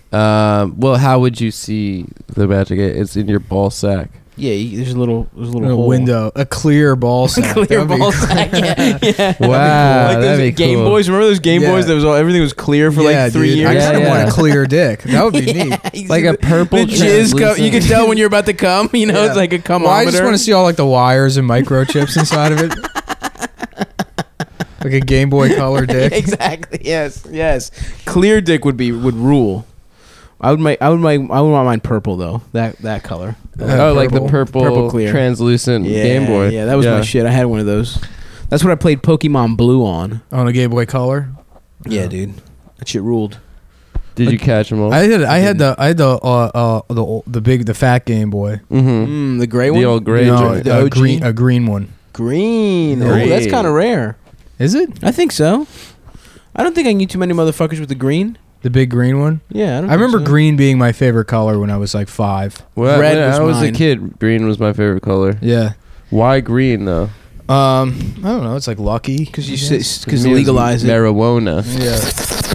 Um, well, how would you see the magic? Eight? It's in your ball sack.
Yeah, you, there's a little, there's a little
A
hole.
window, a clear ball sack.
clear
That would be
ball sack. Yeah, yeah.
Wow,
like
that'd
those
be
Game
cool.
Boys. Remember those Game
Yeah.
Boys? That was all. Everything was clear for
Yeah,
like three
dude, I
years.
Yeah,
kind of want
yeah.
a clear dick. That would be neat.
Like a purple
the jizz. Co- you
translucent-
can tell when you're about to come. You know,
Yeah.
it's like a come
Well, I just want to see all like the wires and microchips inside of it. like a Game Boy Color dick.
exactly. Yes. Yes. Clear dick would be would rule. I would make. I would make. I would want mine purple though. That that color.
Uh,
oh, like the
purple-
purple,
purple clear.
translucent
Yeah,
Game Boy.
Yeah, that was my shit. I had one of those. That's what I played Pokemon Blue on.
On a Game Boy Color.
Yeah, dude. That shit ruled.
Did you catch them all?
I had I had the I had the uh, uh the ol- the big the fat Game Boy.
mm-hmm.
Mm, the gray
The
one.
old gray
No,
joint.
the
a
OG?
green a green one.
green. Oh,
Green.
that's kind of rare.
Is it
I think so. I don't think I can get too many motherfuckers with the green.
the big green one?
Yeah, I, don't
I remember
green.
green being my favorite color when I was like five.
Well,
Red
when
was
I was
mine.
a kid, green was my favorite color.
Yeah.
Why green though?
Um. I don't know. It's like lucky
Because
I
you
guess.
because
me, was
legalize it.
marijuana.
Yeah.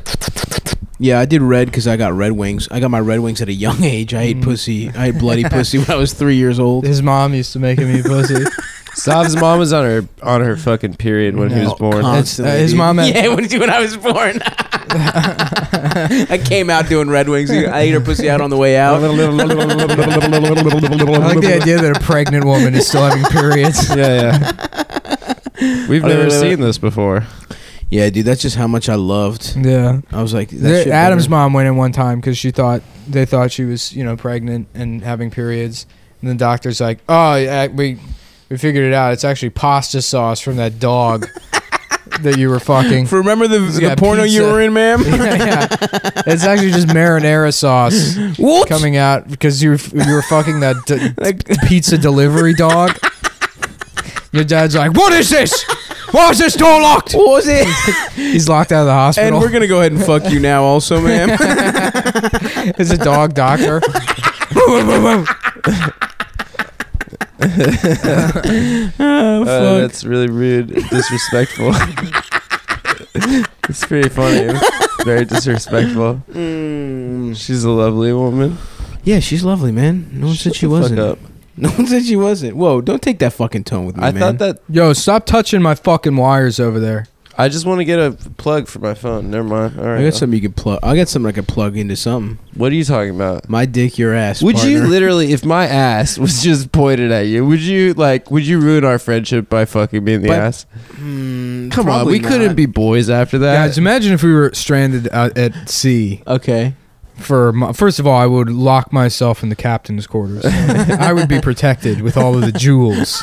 Yeah, I did red because I got red wings. I got my red wings at a young age. I ate
Mm.
pussy. I ate bloody pussy when I was three years old.
His mom used to make him eat pussy.
Sav's mom was on her on her fucking period when he
No,
was born.
con-
Constantly,
Uh, his
dude.
mom had-
yeah, when, when I was born, I came out doing red wings. I ate her pussy out on the way out.
I like the idea that a pregnant woman is still having periods.
yeah, yeah. We've
Oh,
never
wait, wait,
seen this before.
Yeah, dude, that's just how much I loved.
Yeah.
I was like,
The-
that shit
Adam's
better-
mom went in one time because she thought they thought she was you know pregnant and having periods, and the doctor's like, "Oh, yeah, we we figured it out. It's actually pasta sauce from that dog." that you were fucking.
For remember the, the
got
porno you
pizza.
were in, ma'am?
yeah, yeah. It's actually just marinara sauce
what?
coming out because you you were fucking that d-
Like-
pizza delivery dog. Your dad's like, "What is this? Why is this door locked?"
What was it?
He's locked out of the
and
hospital.
we're gonna go ahead and fuck you now, also, ma'am.
It's a dog doctor.
oh,
Oh, that's really rude, and disrespectful. it's pretty funny. Very disrespectful.
Mm.
She's a lovely woman.
Yeah, she's lovely, man. No one
Shut
said she
the fuck
wasn't.
up.
No one said she wasn't. Whoa, don't take that fucking tone with me,
I
man.
thought that.
Yo, stop touching my fucking wires over there.
I just want to get a plug for my phone. Never mind. All
I
right.
got something you could plug. I got something I could plug into something.
what are you talking about?
My dick, your ass.
Would you
partner.
literally, if my ass was just pointed at you, would you like? Would you ruin our friendship by fucking me in the
But-
ass?
Mm,
Come on,
probably
we couldn't
not.
be boys after that.
Guys, imagine if we were stranded out at sea
Okay.
for. mo- First of all, I would lock myself in the captain's quarters. I would be protected with all of the jewels.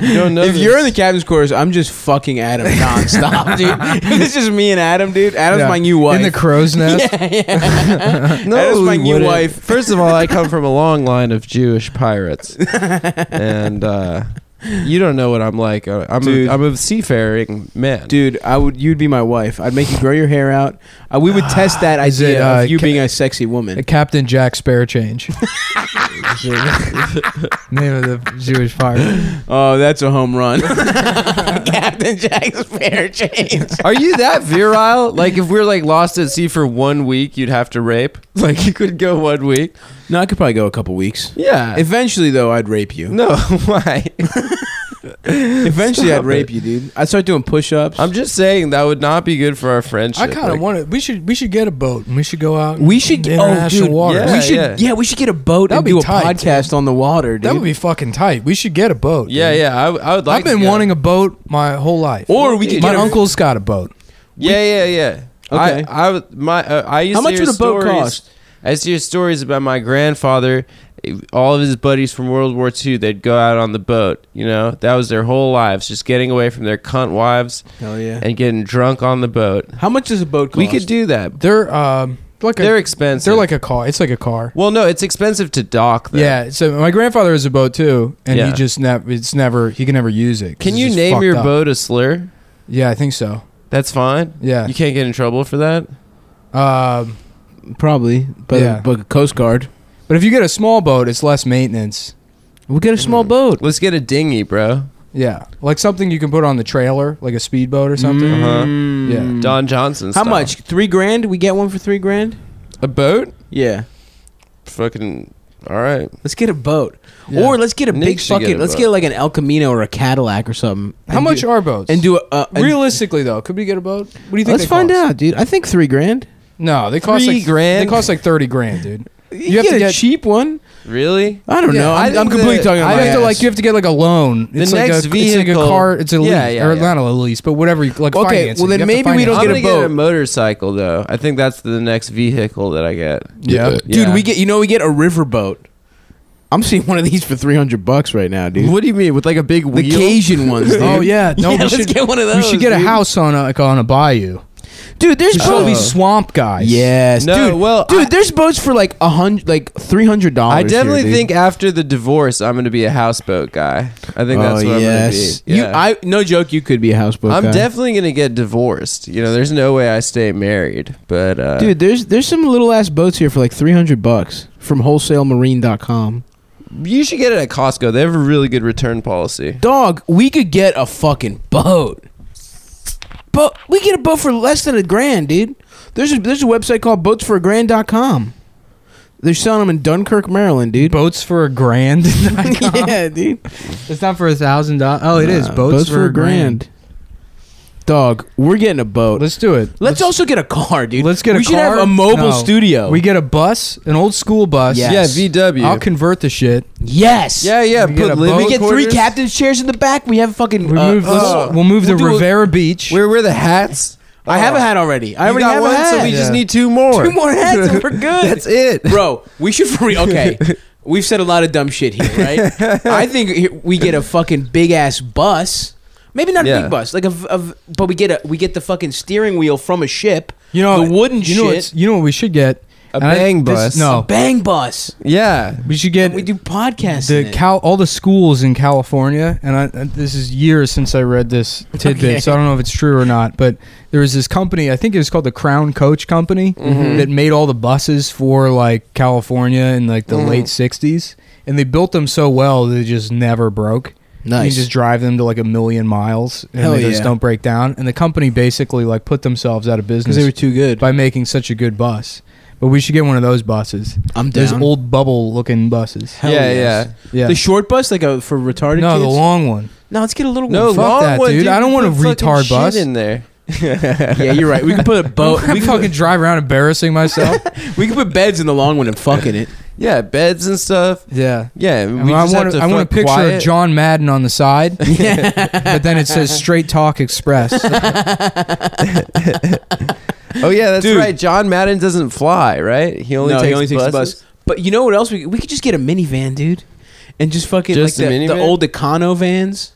you don't know.
if
this.
you're in the captain's quarters, I'm just fucking Adam nonstop, dude. If it's just me and Adam, dude. Adam's
Yeah.
my new wife.
in the crow's nest.
yeah, yeah.
no,
That is my
we
new
wouldn't.
wife.
First of all, I come from a long line of Jewish pirates, and uh, you don't know what I'm like. Uh, I'm
Dude.
a, I'm a seafaring man.
Dude, I would you'd be my wife. I'd make you grow your hair out. Uh, we would test that
Is
idea
it, uh,
of you
ca-
being a sexy woman.
A Captain Jack Spare Change. Name of the Jewish pirate.
Oh, that's a home run. Captain Jack's fair change.
Are you that virile? Like if we're like lost at sea for one week, you'd have to rape. Like you could go one week.
No, I could probably go a couple weeks.
Yeah.
Eventually, though, I'd rape you.
no, why?
Eventually,
Stop
I'd rape
it.
you, dude. I'd start doing push-ups.
I'm just saying that would not be good for our friendship.
I kind of
Like,
want to. We should. We should get a boat and we should Oh, go out.
we should
into
get
international waters.
yeah.
we should yeah. we should get a boat
That'd
and
be
do a
tight,
podcast on the water, dude.
That would be fucking tight. We should get a boat.
Yeah,
dude.
yeah. I, w- I would like.
I've been
to go.
wanting a boat my whole life.
Or we could
my
get a-
uncle's got a boat.
Yeah, yeah, yeah.
Okay.
I, I, would- my, uh, I used
How
to
much
hear
would a boat
stories,
cost?
I used to hear stories about my grandfather, eh, all of his buddies from World War II. They'd go out on the boat. You know, that was their whole lives, just getting away from their cunt wives
Hell yeah.
and getting drunk on the boat.
How much does a boat cost?
We could do that.
They're um like
They're
a,
expensive.
they're like a car. It's like a car.
well, no, it's expensive to dock. Though.
Yeah. So my grandfather has a boat too, and
Yeah.
he just never. It's never. He can never use it. 'cause
Can
it's
you
just
name
fucked
your
up.
boat a slur?
Yeah, I think so.
That's fine.
Yeah.
You can't get in trouble for that.
Um,
probably, but
Yeah.
but a Coast Guard.
but if you get a small boat, it's less maintenance.
We'll get a small
Mm.
boat.
Let's get a dinghy, bro.
Yeah, like something you can put on the trailer, like a speedboat or something.
Uh-huh.
Yeah.
Don Johnson.
Mm. How
style.
much? Three grand? We get one for three grand?
A boat?
Yeah.
Fucking. All right.
Let's get a boat,
Yeah.
or let's get a
Nick
big
should get
fucking.
a
let's
boat.
get like an El Camino or a Cadillac or something.
How
And
much
do,
are boats?
and do a, a and-
realistically though, could we get a boat? What do you think?
Let's
they
find
cost?
out, dude. I think three grand.
No, they cost
Three
like
grand?
They cost like thirty grand, dude.
You,
have
get
to
a
get-
cheap one.
Really?
I don't
Yeah,
know. I'm,
I
I'm
think
completely
that-
talking.
I
About
I
my
have to
ass.
like you have to get like a loan.
The next
It's like a, It's like a
vehicle-
car. It's a lease
Yeah, yeah,
or
yeah.
not a lease, but whatever. You, like
Okay,
financing.
well, then
You have to
maybe we don't
I'm
finance
get a
gonna
it.
get
boat.
a motorcycle though. I think that's the next vehicle that I get.
Yeah.
dude.
Yeah.
We get you know we get a riverboat. I'm seeing one of these for three hundred bucks right now, dude.
What do you mean with like a big
The Cajun ones, dude.
Oh yeah, no,
Yeah,
we
let's
should
get one of those.
We should get a
dude.
house on a like, on a bayou.
dude. There's
We should all be
boats.
swamp guys.
Yes,
No,
dude.
well,
dude,
I-
there's boats for like a hundred, like three hundred dollars.
I definitely
here, dude.
think after the divorce, I'm gonna be a houseboat guy. I think that's what I'm gonna be.
Oh, You, I no joke. You could be a houseboat.
am
guy.
definitely gonna get divorced. You know, there's no way I stay married. But uh,
Dude, there's there's some little ass boats here for like 300 bucks from wholesalemarine.com.
you should get it at Costco. They have a really good return policy.
Dog, we could get a fucking boat. But we get a boat for less than a grand, dude. There's a, there's a website called boatsforagrand.com. They're selling them in Dunkirk, Maryland, dude.
Boats for a grand.
yeah, dude. Uh,
It's not for a thousand dollars. Oh, it is
Nah,
boats, for, a grand.
Dog, we're getting a boat. Let's,
Let's do it.
also get a car, dude.
let's get a
We should have
car?
a mobile
No.
studio.
We get a bus, an old school bus.
Yes.
Yeah, VW.
I'll convert the shit.
yes.
yeah, yeah.
We get a
Put
boat
living
We get three
quarters-
captain's chairs in the back. We have fucking.
We
uh,
move this,
oh.
we'll move to
We'll do a-
Rivera Beach.
Where wear the hats?
I have a
Oh.
hat already. I
You
already
got
have
one,
a hat.
so we just
Yeah.
need two more.
Two more hats and we're good.
That's it.
Bro, we should for real. Okay, we've said a lot of dumb shit here, right? I think we get a fucking big ass bus. Maybe not a
Yeah.
big bus, like a, v- a v- but we get a we get the fucking steering wheel from a ship.
You know
the wooden
you know
shit,
what's- you know what we should get?
A
And I-
bang
this-
bus.
a
no,
bang bus.
Yeah.
we should get
We do podcasts. in
the
it.
Cal all the schools in California, and I, uh, this is years since I read this tidbit,
Okay.
so I don't know if it's true or not. But there was this company, I think it was called the Crown Coach Company,
Mm-hmm.
that made all the buses for like California in like the
Mm-hmm.
late '60s, and they built them so well they just never broke. You
nice.
can just drive them to like a million miles, and
Hell
they just
yeah.
don't break down. And the company basically like put themselves out of business
because they were too good.
by making such a good bus. But we should get one of those buses.
I'm
Those
down.
old bubble looking buses.
Hell
yeah,
yes.
yeah.
Yeah.
The short bus, like a for retarded
no,
kids.
the long one.
no, let's get a little.
No,
one.
fuck
long
that,
one,
dude. I don't want a
Put fucking
retard
shit
bus.
in there.
yeah, you're right. We can put a
Oh,
boat.
we
we, can
fucking
put,
drive around embarrassing myself.
we can put beds in the long one and fucking it.
Yeah, beds and stuff.
yeah.
Yeah,
I
we
mean, I
just
want,
have to
I want a
fuck
picture
quiet.
of John Madden on the side, but then it says Straight Talk Express.
Oh yeah, that's
Dude.
right. John Madden doesn't fly, right? He only
no,
takes
he only takes the
buses.
bus. But you know what else? We we could just get a minivan, dude, and just fucking
Just
like
a
the, the
minivan?
old Econo vans,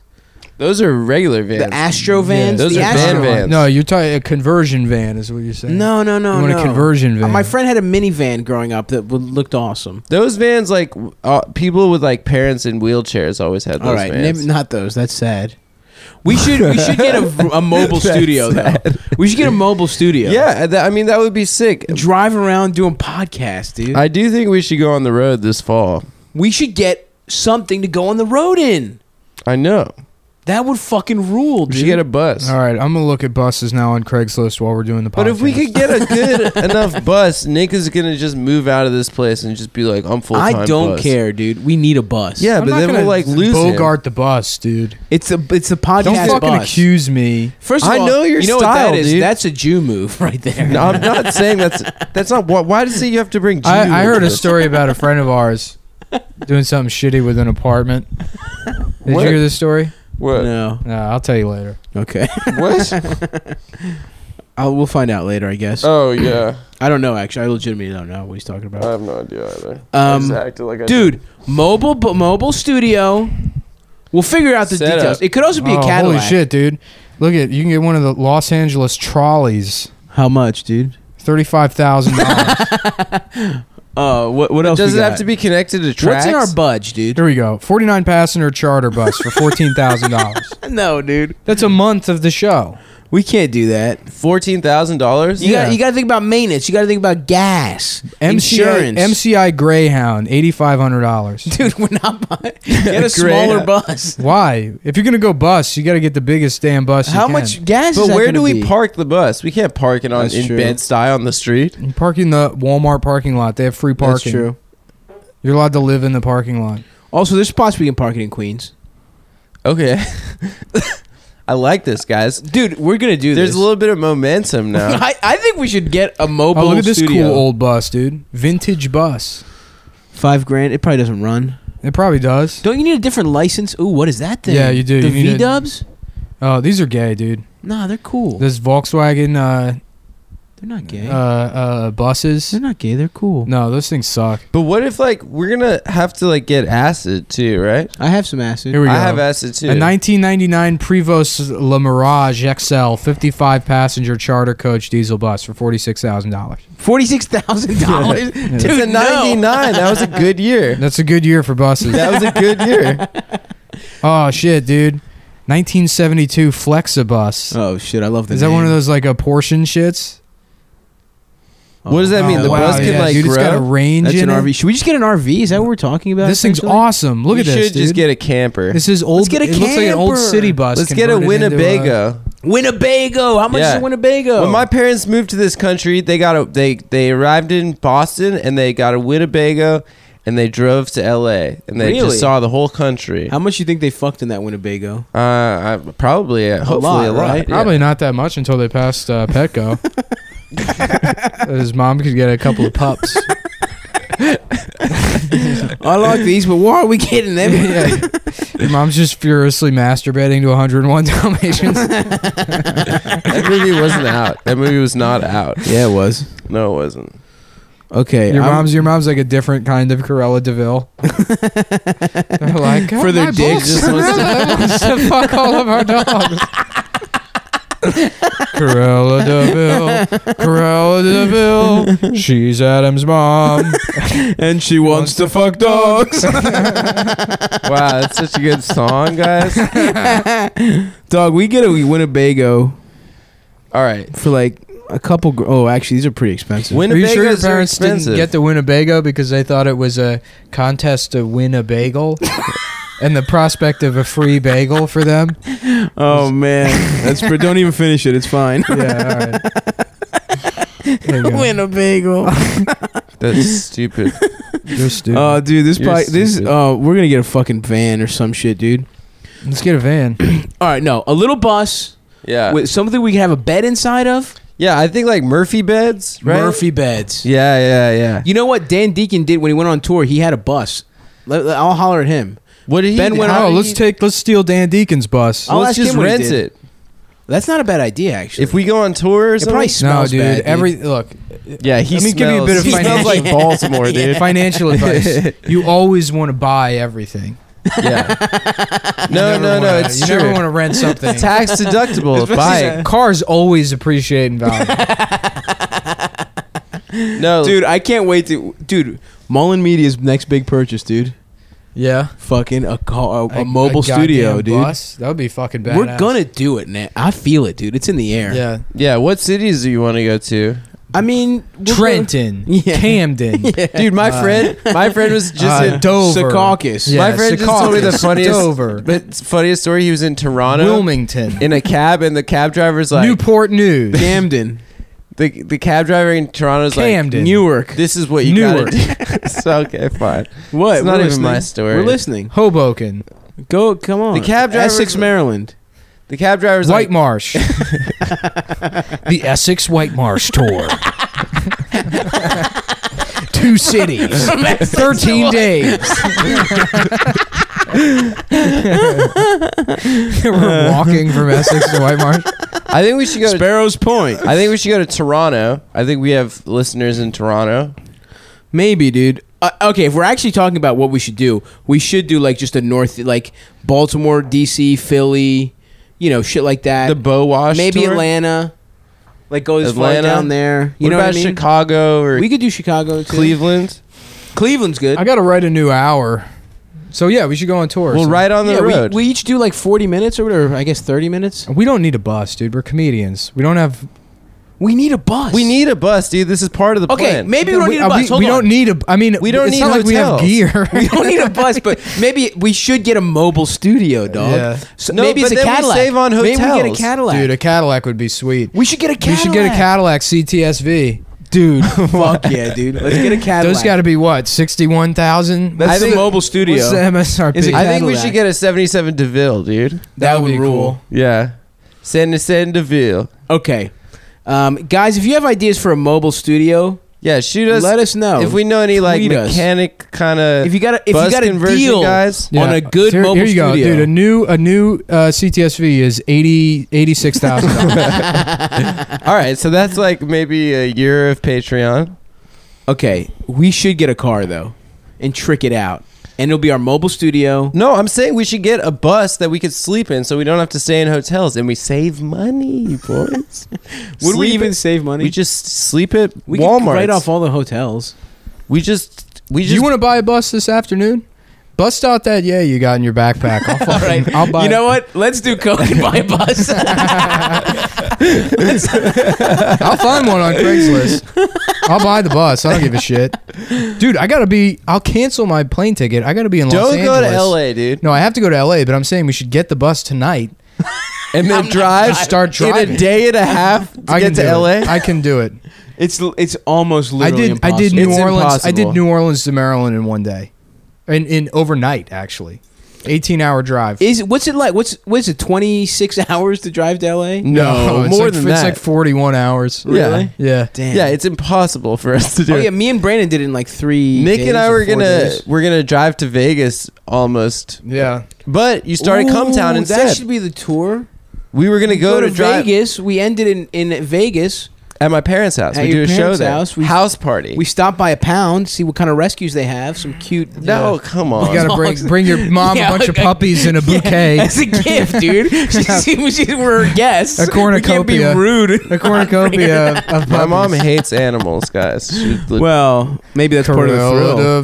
Those are regular vans.
the Astro vans.
those
the
are
Astro
van vans.
No, you're talking a conversion van is what you're saying.
No, no, no,
you want
no.
a conversion
Uh,
van.
My friend had a minivan growing up that would- looked awesome.
Those vans, like w- uh, people with like parents in wheelchairs, always had those
All right,
vans.
maybe not those. That's sad. We should we should get a, v- a mobile studio though. We should get a mobile studio.
yeah, that, I mean that would be sick.
drive around doing podcasts, dude.
I do think we should go on the road this fall.
we should get something to go on the road in.
I know.
That would fucking rule,
We
dude.
should get a bus.
All right, I'm gonna look at buses now on Craigslist while we're doing the podcast.
But if we could get a good enough bus, Nick is gonna just move out of this place and just be like, "I'm full time."
I don't care, dude. We need a bus.
Yeah,
I'm
but
not
then we'll
gonna
like lose him.
Bogart the bus, dude.
it's a it's a podcast
Don't fucking
bus.
accuse me.
First of
I
all,
know your
you know
style,
what that is.
dude.
That's a Jew move right there.
No, I'm not saying that's that's not why. Why does it you have to bring? Jew
I, I heard
into
a
this?
story about a friend of ours doing something shitty with an apartment. Did
What?
you hear this story?
What?
No.
No, I'll tell you later.
Okay.
What?
I'll, we'll find out later, I guess.
Oh yeah,
I don't know. Actually, I legitimately don't know what he's talking about.
have no idea either.
Um, dude, mobile bu- mobile studio. We'll figure out the
Set
details.
up.
It could also be
Oh,
a Cadillac.
Holy shit, dude! Look at you can get one of the Los Angeles trolleys,
How much, dude?
thirty-five thousand dollars.
Uh, what what else?
Does
we
it
got?
have to be connected to
What's
tracks?
in our budge, dude?
Here we go, forty-nine passenger charter bus for fourteen thousand dollars.
No, dude,
That's a month of the show.
we can't do that.
Fourteen thousand dollars.
You
Yeah.
got you got to think about maintenance. You got to think about gas,
MCI,
insurance.
MCI Greyhound, eighty-five hundred dollars.
dude, we're not buying. Get a
Great.
smaller bus.
Why? If you're gonna go bus, you got to get the biggest damn bus. you
How
can.
much gas? is
But
that
where
gonna
do we
be?
park the bus? We can't park it on
That's
in
true.
Bed Stuy on the street.
You Park in the Walmart parking lot. They have free
That's
parking.
true.
You're allowed to live in the parking lot.
Also, there's spots we can park it in Queens,
Okay, I like this, guys.
dude. We're gonna do
There's
this.
a little bit of momentum now.
I, I think we should get a mobile.
Oh, look at this
studio.
cool old bus, dude. Vintage bus.
Five grand. It probably doesn't run.
It probably does.
Don't you need a different license? Ooh, what is that thing?
Yeah, you do.
The
You need a-
V Dubs?
Oh, these are gay, dude.
Nah, they're cool.
This Volkswagen uh,
they're not gay.
uh, uh, buses.
they're not gay. They're cool.
No, those things suck.
but what if like we're gonna have to like get acid too, right?
I have some acid.
Here we go.
I have acid too.
a 1999 Prevost Le Mirage XL 55 passenger charter coach diesel bus for $46,000.
Forty-six thousand dollars.
it's a 99. That was a good year.
That's a good year for buses.
That was a good year.
Oh, shit, dude. 1972 Flexibus.
Oh shit! I love the
Is that
name.
one of those like a portion shits?
Oh.
What does that I mean?
Oh,
The bus can, like,
dude, It's got a
grow?
range
That's
in
an
it.
RV. Should we just get an RV? Is that what we're talking about?
This thing's
essentially?
awesome. Look
You
at this,
should just
dude.
get a camper.
This is old.
get a
it looks like an old
camper.
city bus.
Let's get a
converted into Oh.
Winnebago.
Winnebago. How much
Yeah.
is Winnebago?
When my parents moved to this country, they got a they they arrived in Boston and they got a Winnebago and they drove to L.A. and they
Really?
just saw the whole country.
How much you think they fucked in that Winnebago?
Uh, I, probably uh, hopefully a lot.
lot, right?
yeah.
Probably not that much until they passed uh, Petco. His mom could get a couple of pups.
I like these, but why are we getting them?
yeah. Your mom's just furiously masturbating to 101 Dalmatians.
that movie wasn't out. That movie was not out.
yeah, it was.
No, it wasn't.
Okay.
Your
I'm-
mom's your mom's like a different kind of Corella Deville. They're like
"Oh,
For their
my
dick,
books.
just wants
Wants to fuck all of our dogs. Corella Deville, Corella Deville, she's Adam's mom.
and she wants to fuck dogs.
Wow, that's such a good song, guys.
Dog, we get a Winnebago
All right.
for like a couple. Gr- oh, actually, these are pretty expensive.
Win-
Are you sure your
Winnebago's are
parents didn't
expensive.
get the Winnebago because they thought it was a contest to win a bagel? And the prospect of a free bagel for them.
oh man, that's for, don't even finish it. It's fine.
Yeah, all right.
Winnebago.
That's stupid.
You're stupid.
Uh,
Oh, dude, this
You're
probably this.
stupid.
Uh, we're gonna get a fucking van or some shit, dude.
Let's get a van.
All right, no, a little bus
Yeah.
with something we can have a bed inside of.
Yeah, I think like Murphy beds, right?
Murphy beds.
Yeah, yeah, yeah.
You know what Dan Deacon did when he went on tour? He had a bus. Let- let- I'll holler at him.
What did he?
Ben went
how
Oh,
did
let's
he-
take let's steal Dan Deacon's bus.
I'll
let's
ask
just
him what he
rent
did.
it.
That's not a bad idea, actually.
If we go on tour or
it probably
something.
smells
no,
bad,
dude. Every look,
yeah, he
Let me
smells.
give you a bit of
he smells like
financial-
Baltimore, dude.
financial advice. You always want to buy everything.
yeah.
You
No,
never
no, no.
wanna-
It's
you
true.
never want to rent something.
It's tax deductible. Buy it.
Cars always appreciate in value.
No,
dude, I can't wait to, dude. Mullen Media's next big purchase, dude.
yeah,
Fucking a car, a, mobile studio,
goddamn
dude.
Bus? That would be fucking badass.
We're gonna do it, man. I feel it, dude. It's in the air.
Yeah,
Yeah, what cities do you want to go to?
I mean, we're
Trenton,
Yeah.
Camden,
Dude, my
Uh,
friend, my friend was just
uh,
in
going-
Dover,
Secaucus.
Yeah,
My friend just told me the
Secaucus,
funniest-
Dover,
but funniest story, he was in Toronto
Wilmington,
in a cab and the cab driver's like
Newport News,
Camden,
the the cab driver in Toronto's
Camden,
Newark.
like this is what you
Newark.
gotta do. so okay, fine.
What?
It's
We're
not even
listening.
my story.
We're listening.
Hoboken,
Go, come on.
The cab driver-
Essex, Maryland.
The cab driver's
White
like
Marsh, the Essex White Marsh tour. Two cities, thirteen days. We're walking from Essex to White Marsh.
I think we should go to,
Sparrows Point.
I think we should go to Toronto. I think we have listeners in Toronto.
Maybe, dude. Uh, okay, if we're actually talking about what we should do, we should do like just a north, like Baltimore, DC, Philly, you know, shit like that.
The Bow Wash
Maybe
tour?
Atlanta. Like go as
Atlanta?
far down there. You
what
know
about
what I mean?
Chicago or
We could do Chicago too.
Cleveland?
Cleveland's good.
I got to write a new hour. So yeah, we should go on tour.
Well,
So-
right on the
yeah, we-
road.
We, each do like forty minutes or whatever. I guess thirty minutes.
We don't need a bus, dude. We're comedians. We don't have.
We need a bus.
We need a bus, dude. This is part of the
Okay,
plan.
maybe we don't need a
uh,
bus.
We,
Hold
we
on.
don't need a. I mean,
We don't
it's
need
not like we have
hotels.
gear.
We don't need a bus, but maybe we should get a mobile studio, dog.
Yeah.
So
No,
maybe it's
but
a
then we
Cadillac.
save on
Maybe we get
hotels.
a Cadillac.
dude, a Cadillac would be sweet.
we should get a
We
Cadillac.
should get a Cadillac CTSV.
dude. fuck yeah, dude. Let's get a Cadillac.
Those got to be what sixty-one thousand.
That's the mobile studio.
What's the MSRP?
Is it-
I think we
Cadillac.
should get a 77 DeVille, dude.
that
that would
would
be
rule.
Yeah. Send send DeVille.
Okay, um, guys, if you have ideas for a mobile studio,
Yeah, shoot us.
let us know.
If we know any like
Tweet us.
mechanic kind of
if you got a, if
bus
you got a
conversion
deal
guys,
on a good
here,
mobile
here you
studio,
go, dude. A new a new uh, CTSV is eighty eighty six thousand dollars.
all right. So that's like maybe a year of Patreon.
okay, we should get a car though, and trick it out, and it'll be our mobile studio.
No, I'm saying we should get a bus that we could sleep in, so we don't have to stay in hotels, and we save money, boys.
Would we
Sleep
even
At,
save money?
we just sleep at
we could
Walmart.
write off all the hotels.
we just. We just.
you want to buy a bus this afternoon? Bust out that yeah you got in your backpack. I'll, fucking, I'll buy.
you know
it.
what? Let's do coke and buy a bus.
I'll find one on Craigslist. I'll buy the bus. I don't give a shit, dude. I gotta be. I'll cancel my plane ticket. I gotta be in Los
don't
Angeles.
go to LA, dude,
No, I have to go to L.A. But I'm saying we should get the bus tonight.
and then drive.
Start driving.
in a day and a half to
I
get
can
to
do
LA.
It. I can do it.
it's it's almost literally
I did.
impossible.
I did New
It's
Orleans. I did
impossible.
New Orleans to Maryland in one day, in in overnight actually, eighteen hour drive.
Is what's it like? What's what is it? Twenty six hours to drive to L.A.
it's
more
like,
than
it's
that.
like forty one hours.
Yeah.
Really?
Yeah.
Damn.
yeah, it's impossible for us to do.
oh
it.
yeah. Me and Brandon did it in like three.
Nick and I were gonna
to
we're gonna drive to Vegas almost,
Yeah.
but you started Cumtown
That
instead.
should be the tour.
we were gonna
go,
go,
to,
to, drive
Vegas. We ended in in Vegas.
at my parents' house.
At
we
your
do a show
parents'
there.
house, we-
house party.
We stop by a pound, see what kind of rescues they have. Some cute.
no, come on.
You gotta bring bring your mom
Yeah,
a bunch of
like-
puppies and a bouquet.
That's a gift, dude. She's, she's, we're her guests.
A
We
cornucopia.
can't be rude.
A cornucopia of, of
my mom
puppies.
hates animals, guys. She-
Well, maybe that's part of the
Cruella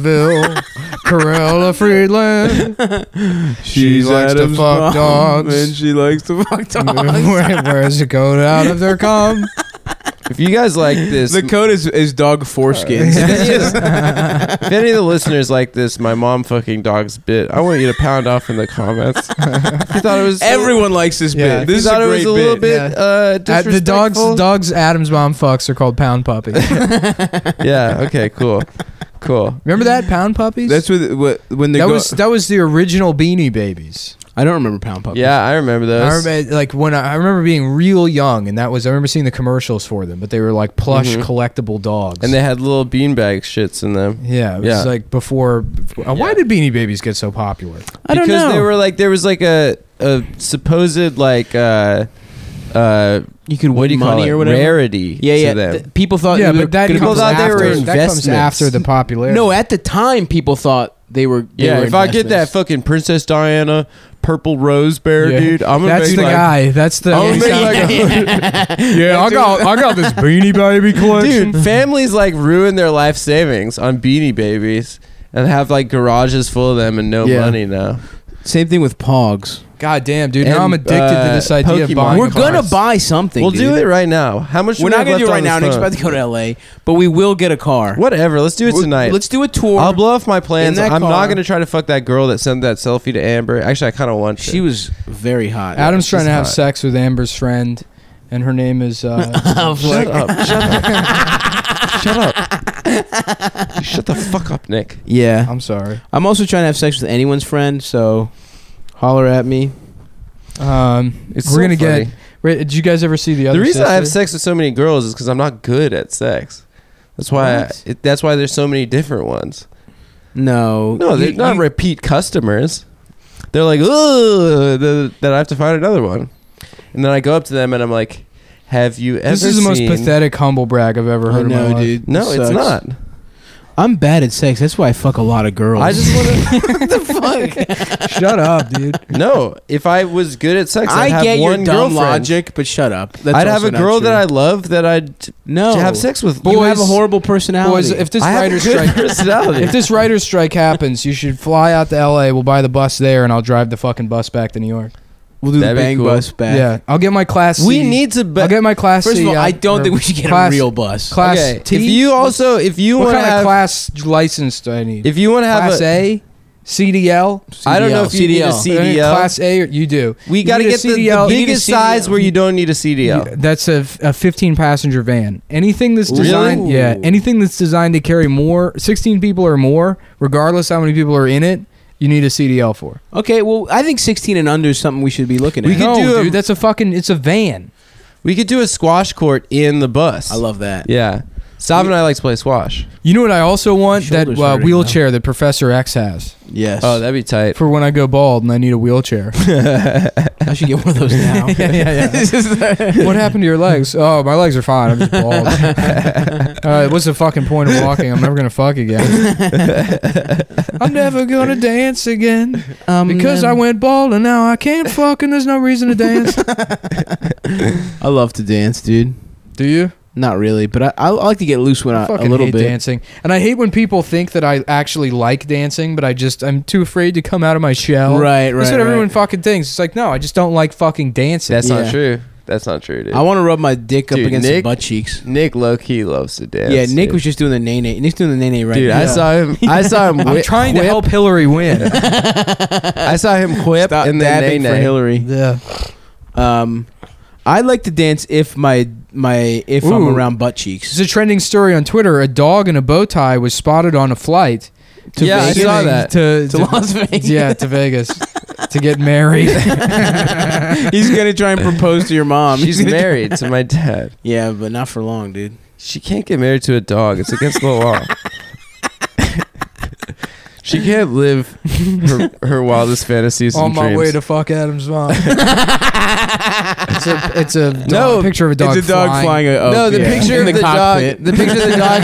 thrill.
Deville, Cruella Friedland.
She's
likes to
Adam's mom,
fuck dogs.
and she likes to fuck dogs.
Where, where's the goat out of their cum?
if you guys like this,
the code is is dog foreskins.
if any of the- if any of the listeners like this, my mom fucking dogs bit. I want you to pound off in the comments. If you thought it was
Everyone likes this
Yeah.
bit. This
This you
is a great
thought it was a
bit.
little bit
Yeah.
uh,
At
disrespectful.
the dogs, dogs. Adam's mom fucks are called pound puppies.
yeah. Okay. Cool. Cool.
Remember that pound puppies?
That's what, what when they
that
go.
was that was the original Beanie Babies.
I don't remember pound puppies.
Yeah, I remember
I
those.
remember, like when I, I remember being real young, and that was I remember seeing the commercials for them, but they were like plush
Mhm.
collectible dogs.
and they had little beanbag shits in them.
yeah, it was
Yeah.
like before. before- uh, Why
Yeah.
did Beanie Babies get so popular?
I don't
because
know.
they were like there was like a a supposed like uh uh
you could
what do you
win money
call it
or whatever.
rarity
Yeah,
to
yeah.
them.
Th- people
Uh,
thought
yeah,
you were
but that
gonna
people
comes
be
thought they
after,
were
that comes
investments.
after the popularity.
No, at the time, people thought they were. They
yeah,
were
if I get that
investments.
fucking Princess Diana purple rose bear,
Yeah.
dude, I'm gonna
that's
make
the
like,
guy. That's the.
I'm gonna make like a-
yeah, I got I got this Beanie Baby collection.
dude, families like ruin their life savings on Beanie Babies and have like garages full of them and no
Yeah.
money now.
Same thing with Pogs.
God damn, dude!
And,
now I'm addicted to
uh,
this idea
Pokemon.
of buying.
We're gonna
cards.
buy something.
we'll do
dude.
it right now. How much? do
We're
we
not
have
gonna do it
left
right now.
on
Nick's
this
about to go to L.A., but we will get a car.
phone? Whatever. Let's do it
We're-
tonight.
Let's do a tour.
I'll blow off my plans.
that
I'm
car.
not gonna try to fuck that girl that sent that selfie to Amber. Actually, I kind of want.
she
to.
was very hot.
Adam's
She's
trying to have
hot.
sex with Amber's friend, and her name is. Uh,
Shut up. Shut up. shut up. Shut the fuck up, Nick.
Yeah,
I'm sorry.
I'm also trying to have sex with anyone's friend, so holler at me.
Um,
It's
we're
so
gonna
funny.
get. Wait, did you guys ever see the other?
the reason I have
sister?
sex with so many girls is because I'm not good at sex. That's why. I,
What?
it, that's why there's so many different ones.
No,
No, they're
you-
not
you-
repeat customers. They're like, oh, that I have to find another one, and then I go up to them and I'm like, "Have you ever?"
This is the most
seen-
pathetic humble brag I've ever
I
heard. in
know,
my life.
dude.
No,
It
it's
sucks.
not.
I'm bad at sex. That's why I fuck a lot of girls.
I just want to. the fuck?
Shut up, dude.
No, if I was good at sex, I'd
I
have
get your
one
dumb
girlfriend.
logic, but shut up. That's
I'd have
also
a
not
girl
true.
that I love that I'd t-
no
have sex with.
You have
Boys-
a horrible personality.
Boys, if this
I have a
writer's
good
strike,
personality.
if this writer's strike happens, you should fly out to L.A. We'll buy the bus there, and I'll drive the fucking bus back to New York.
we'll do the
That'd be
bang
cool.
bus back.
Yeah, I'll get my class.
we
C.
need to. Be-
I'll get my class.
First of
C
all,
out-
I don't
or
think we should get
class-
a real bus.
class
okay.
T.
If you also, if you
what
want to
kind of
have,
class license do I need?
if you want to have
class
a,
A, CDL.
I don't know if you need a
CDL.
C- CDL.
Uh, Class A, or, you do.
we
You
got to
need a
get the, the
CDL. You need a
biggest size
CDL.
where you don't need a CDL.
Yeah, that's a, a 15 passenger van. Anything that's
Ooh.
designed,
Really?
yeah, anything that's designed to carry more 16 people or more, regardless how many people are in it, you need a CDL for.
Okay, well, I think 16 and under is something we should be looking at. Oh,
We could
no,
do a-
dude, that's a fucking it's a van.
We could do a squash court in the bus.
I love that.
Yeah, Sav and I like to play squash.
You know what I also want that
Shoulder's
uh,
hurting
wheelchair that Professor X has
Yes.
Oh, that'd be tight.
for when I go bald and I need a wheelchair.
I should get one of those now.
yeah, yeah,
This is the-
yeah. what happened to your legs? Oh, my legs are fine. I'm just bald. All right, what's the fucking point of walking? I'm never gonna fuck again. I'm never gonna dance again.
Um,
Because I
um,
went bald and now I can't fuck and there's no reason to dance.
I love to dance, dude.
Do you?
Not really, but I, I like to get loose when I,
I
a
fucking
little
hate
bit.
dancing. And I hate when people think that I actually like dancing, but I just I'm too afraid to come out of my shell.
Right, right.
That's what
right.
everyone fucking thinks. It's like, no, I just don't like fucking dancing.
That's
Yeah.
not true. That's not true, dude.
I want to rub my dick up
Dude,
against the
Nick-
butt cheeks.
Nick low key loves to dance.
yeah, Nick
dude.
was just doing the nay nay. Nick's doing the nay nay right
Dude,
now.
I saw him. I saw him.
I'm
whip-
trying to
whip.
help Hillary win.
I saw him whip
Stop
and then
dabbing for
nay-nay.
Hillary.
yeah.
Um, I like to dance if my my if I'm
Ooh.
around butt
It's
cheeks.
a trending story on Twitter. A dog in a bow tie was spotted on a flight to
Yeah, I
Vegas-
saw that.
To,
To
to-
Las Vegas.
Yeah, to Vegas. to get married.
He's gonna try and propose to your mom.
She's
He's gonna-
married to my dad.
Yeah, but not for long, dude.
She can't get married to a dog. It's against the law. She can't live her, her wildest fantasies
on
and
my
dreams.
way to fuck Adam's mom.
it's
It's a, it's a dog,
No,
picture of a oh, dog.
a dog flying. a, a
no, the
yeah.
picture
in
of the,
cockpit.
dog. The picture of the dog.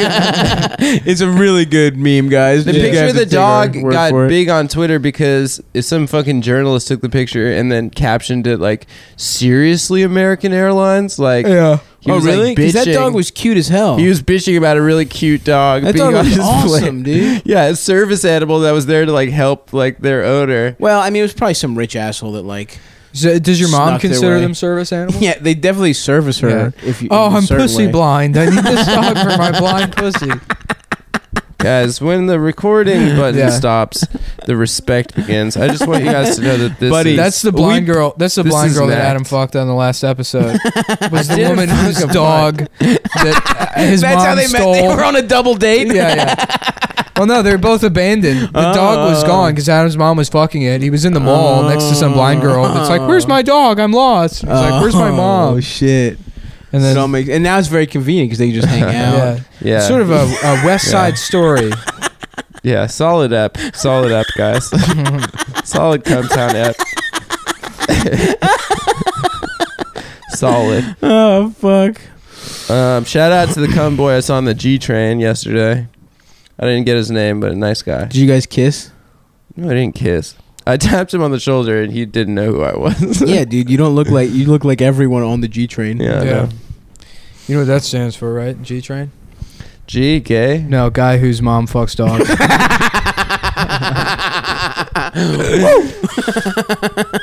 it's a really good meme, guys.
The
You
picture
have
of
to
the
take our
dog
word
got
for it.
big on Twitter because if some fucking journalist took the picture and then captioned it like "Seriously, American Airlines." Like,
Yeah.
he was,
oh,
like,
really? that
bitching.
dog was cute as hell.
He was bitching about a really cute dog
Oh. that
being
dog
on
was
his
awesome,
plane.
dude.
Yeah, a service animal that was there to like help like their owner.
Well, I mean, it was probably some rich asshole that like.
So, does your mom
Snuck their
consider
way.
them service animals?
Yeah, they definitely service her. If you, in
Oh,
a
I'm
certain
pussy
way.
blind. I need this dog for my blind pussy.
Guys, when the recording button
Yeah.
stops, the respect begins. I just want you guys to know that this
Buddy,
is
That's the blind girl. That's the
this
blind
is
girl that
an
Adam
act.
fucked on the last episode. Was the
didn't
woman
fuck
whose
a
dog that uh, his
That's
mom
how they
stole.
met. They were on a double date.
yeah, yeah. Well, no, they're both abandoned. The dog was
Oh.
gone because Adam's mom was fucking it. He was in the mall next to some blind girl. It's like, where's my dog? I'm lost. It's like, where's my
Oh
mom?
shit!
And
It
then,
all makes- and now it's very convenient because they can just hang out.
yeah,
yeah,
sort of a, a West Side Story.
yeah, solid up, solid up, guys, solid Cumtown up, solid.
Oh fuck!
Um, shout out to the cum boy I saw on the G train yesterday. I didn't get his name, but a nice guy.
Did you guys kiss?
No, I didn't kiss. I tapped him on the shoulder and he didn't know who I was.
yeah, dude. You don't look like you look like everyone on the G train.
yeah. I
Yeah.
know.
You know what that stands for, right? G train.
G gay.
No, guy whose mom fucks dogs.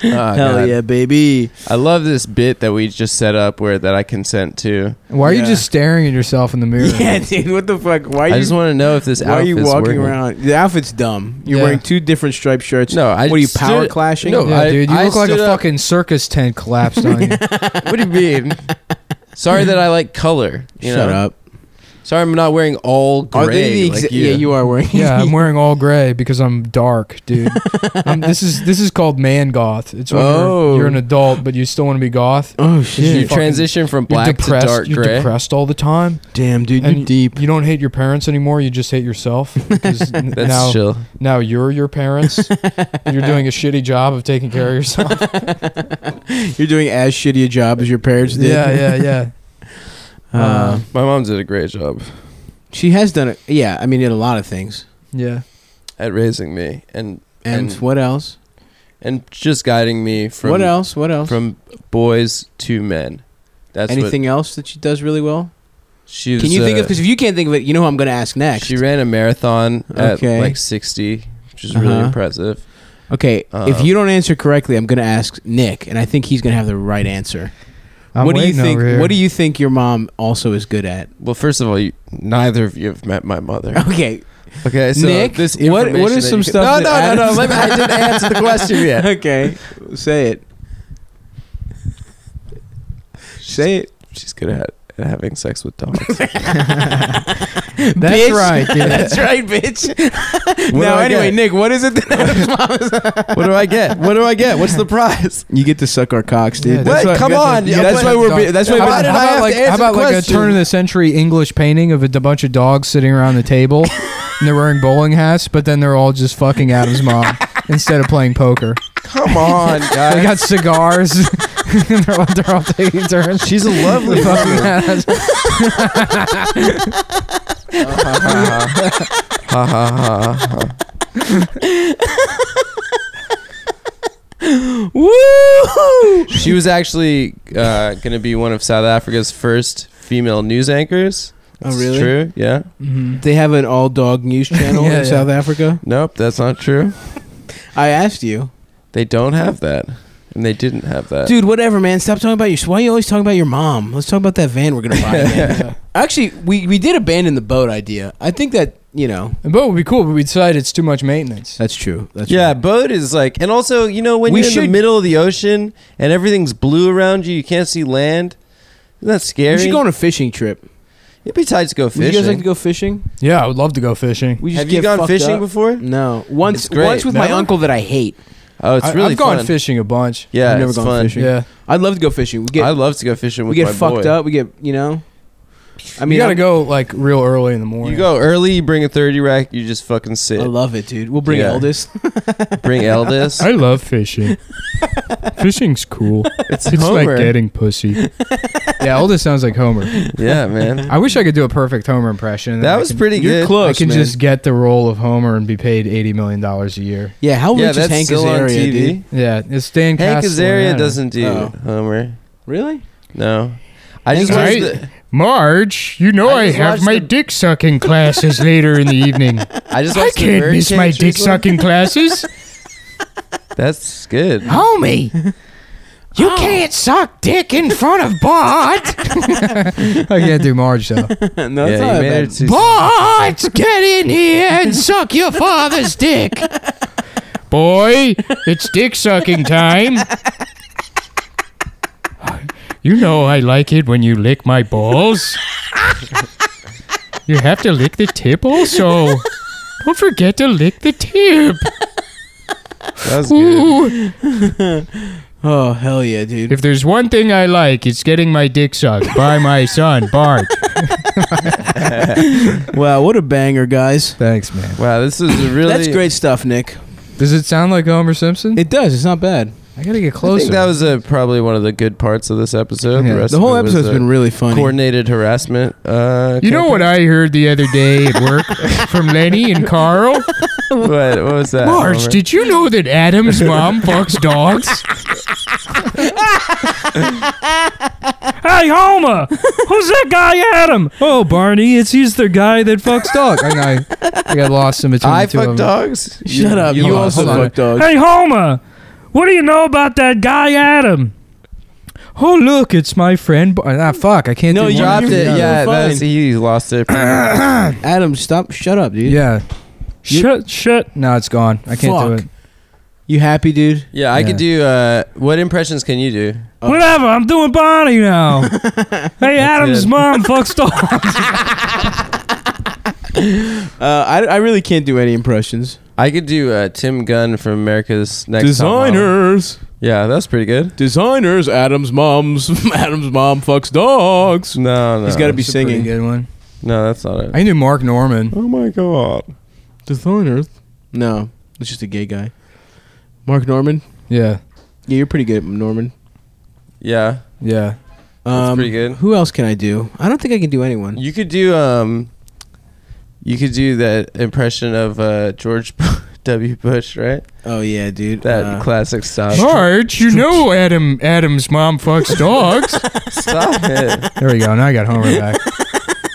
Oh,
Hell
God.
yeah, baby.
I love this bit that we just set up where that I consent to.
Why are
Yeah.
you just staring at yourself in the mirror?
Yeah, dude. What the fuck? Why are
I
you?
just want to know if this
why are
outfit's
you walking
working.
around? The outfit's dumb. You're
Yeah.
wearing two different striped shirts.
No, I
what are you
stood-
power clashing?
No,
Yeah,
I-
dude, you
I
look like
stood
a
up-
fucking circus tent collapsed on you.
What do you mean? Sorry that I like color. You
Shut
know?
up.
Sorry I'm not wearing all gray.
Are they the
like
exa-
you.
yeah, you are wearing.
Yeah, I'm wearing all gray because I'm dark, dude. I'm, this is this is called man goth. It's when
Oh.
you're, you're an adult, but you still want to be goth.
oh
You
shit!
fucking-
transition from black
you're depressed.
to dark
you're
gray.
depressed all the time.
Damn, dude. You're
and
deep.
You don't hate your parents anymore. You just hate yourself. Because n-
That's
now,
chill.
now you're your parents. and you're doing a shitty job of taking care of yourself.
You're doing as shitty a job as your parents did.
yeah, yeah.
Uh,
My mom did a great job
she has done it. Yeah, I mean, did a lot of things.
Yeah.
at raising me and
And,
And-
what else?
and just guiding me from
what else? What else?
from boys to men. That's
Anything else that she does really well?
What she was,
Can you think
uh,
of? Because if you can't think of it, you know who I'm going to ask next.
She ran a marathon
Okay.
at like 60, which is really
Uh-huh.
impressive.
okay, if
Um,
you don't answer correctly, I'm going to ask Nick, and I think he's going to have the right answer.
I'm
what do you
waiting
think?
over here.
What do you think your mom also is good at?
Well, first of all, you, neither of you have met my mother.
Okay,
Okay, so
Nick,
this
what- what
information
is
that
some
you-
stuff that
No, no, no, no.
Adam's-
Let me, I didn't answer the question yet.
okay, say it. Say it.
She's good at, at having sex with dogs.
That's
right, dude.
That's right, bitch.
do
now,
I
anyway,
get?
Nick, what is it that
what do I get? What do I get? What's the prize?
You get to suck our cocks, dude.
Yeah,
What?
that's why-
Come on.
yeah,
that's why we're.
dog-
be- That's why.
How
we're-
about- did I have to
like,
answer
how about
the
like a
question?
turn of the century English painting of a d- bunch of dogs sitting around the table and they're wearing bowling hats, but then they're all just fucking Adam's mom instead of playing poker.
Come on,
They
guys.
got cigars. and they're, all, they're all taking turns.
She's a lovely
fucking
woman.
Adam's-
Ha, ha, ha, ha, ha.
Woo!
She was actually uh, going to be one of South Africa's first female news anchors.
Oh,
It's
really?
True. Yeah.
They have an all dog news channel
Yeah,
in
yeah.
South Africa.
Nope, that's not true.
I asked you,
They don't have that, and they didn't have that.
dude. Whatever, man. Stop talking about your. Why are you always talking about your mom? Let's talk about that van we're gonna buy. man. Actually, we we did abandon the boat idea. I think that you know
The boat would be cool, but we decided it's too much maintenance.
that's true. That's
yeah, boat is like, and also you know when
We
you're in
should-
the middle of the ocean and everything's blue around you, you can't see land. Isn't that
Right.
scary?
We should go on a fishing trip.
It'd be tight to go
Would you
fishing.
guys like to go fishing?
Yeah, I would love to go fishing.
We
have
get
you gone
fucked
fishing
up.
before?
No, once
It's great.
once with my
Never?
uncle that I hate.
Oh, it's
I-
really
I've gone
fun.
fishing a bunch.
Yeah,
I've never
it's
gone
fun.
fishing.
Yeah.
I'd love to go fishing. We get
I love to go fishing with
we get
my
fucked
boy.
up. We get you know. I
I mean,
mean,
you gotta
I'm-
go like real early in the morning.
You go early, you bring a 30 rack, you just fucking sit.
I love it, dude. We'll bring
Yeah.
Eldest.
Bring Eldest.
I love fishing. Fishing's cool. It's,
Homer.
like getting pussy. yeah, all this sounds like Homer.
yeah, man.
I wish I could do a perfect Homer impression.
That was pretty
You're
good.
close,
I can
man.
just get the role of Homer and be paid eighty million dollars a year.
Yeah, how
yeah,
rich is
that's
Hank
still on
Azaria,
TV.
dude?
Yeah, it's Dan.
Hank Azaria
Castellaneta.
doesn't do
Oh.
Homer.
Really?
No. I
Hank
just watched
Azaria-
the,
Marge, you know
I
I,
just
have
watched
my
the-
dick sucking classes later in the evening.
I just
I
watched the
can't miss
Birdcage
my dick
recently.
sucking classes,
That's good.
homie.
Oh.
You can't suck dick in front of Bart. I can't do Marge though.
no, that's
yeah, you
not
made
bad.
it too
Bart, get in here and suck your father's dick. Boy, it's dick sucking time. You know I like it when you lick my balls. You have to lick the tip also. Don't forget to lick the tip.
That was good.
Oh hell yeah, dude.
If there's one thing I like, it's getting my dick sucked by my son, Bart.
wow, what a banger, guys.
Thanks, man.
Wow, this is a really.
That's great stuff, Nick.
Does it sound like Homer Simpson?
It does. It's not bad.
I gotta get
I think that was uh probably one of the good parts of this episode.
Yeah.
The, rest
The whole
of it was,
episode's
uh,
been really funny.
coordinated harassment. Uh,
You know what I heard the other day at work from Lenny and Carl?
campaign. what? What was that?
Marge,
Homer?
did you know that Adam's mom fucks dogs? hey, Homer! Who's that guy, Adam? Oh, Barney, it's he's the guy that fucks dogs. And I, I got lost in between
I
the two
fuck
of them.
dogs.
Shut up. You,
you lost.
also
Hold on.
fuck dogs.
Hey, Homer, what do you know about that guy, Adam? Oh, look, it's my friend. Bar- ah, fuck, I can't
No,
do
you
one
dropped
after the
it.
you're
other.
Yeah,
fine.
that's, he lost it.
Adam, stop. Shut up, dude.
Yeah. Shut, shut. No, it's gone. I can't do
Fuck.
it.
You happy, dude?
Yeah, I could do. Uh, what impressions can you do?
Oh.
Uh, Whatever, I'm doing Bonnie now. hey, Adam's
it.
mom fucks dogs.
Uh, I, I really can't do any impressions.
I could do uh, Tim Gunn from America's Next Top Model. Yeah, that's pretty good.
designers. Adam's mom's Adam's mom fucks dogs.
No, no,
He's gotta be singing.
good one.
No, that's not it.
I knew Mark Norman.
oh my god.
Designers. No, it's just a gay guy. Mark Norman.
Yeah,
Yeah, you're pretty good, Norman.
Yeah,
yeah.
Um,
pretty good.
Who else can I do? I don't think I can do anyone.
you could do. Um, you could do that impression of uh, George W. Bush, right?
Oh yeah, dude.
That
Uh,
classic stop.
Marge, you know Adam. Adam's mom fucks dogs.
stop it.
there we go. Now I got Homer back.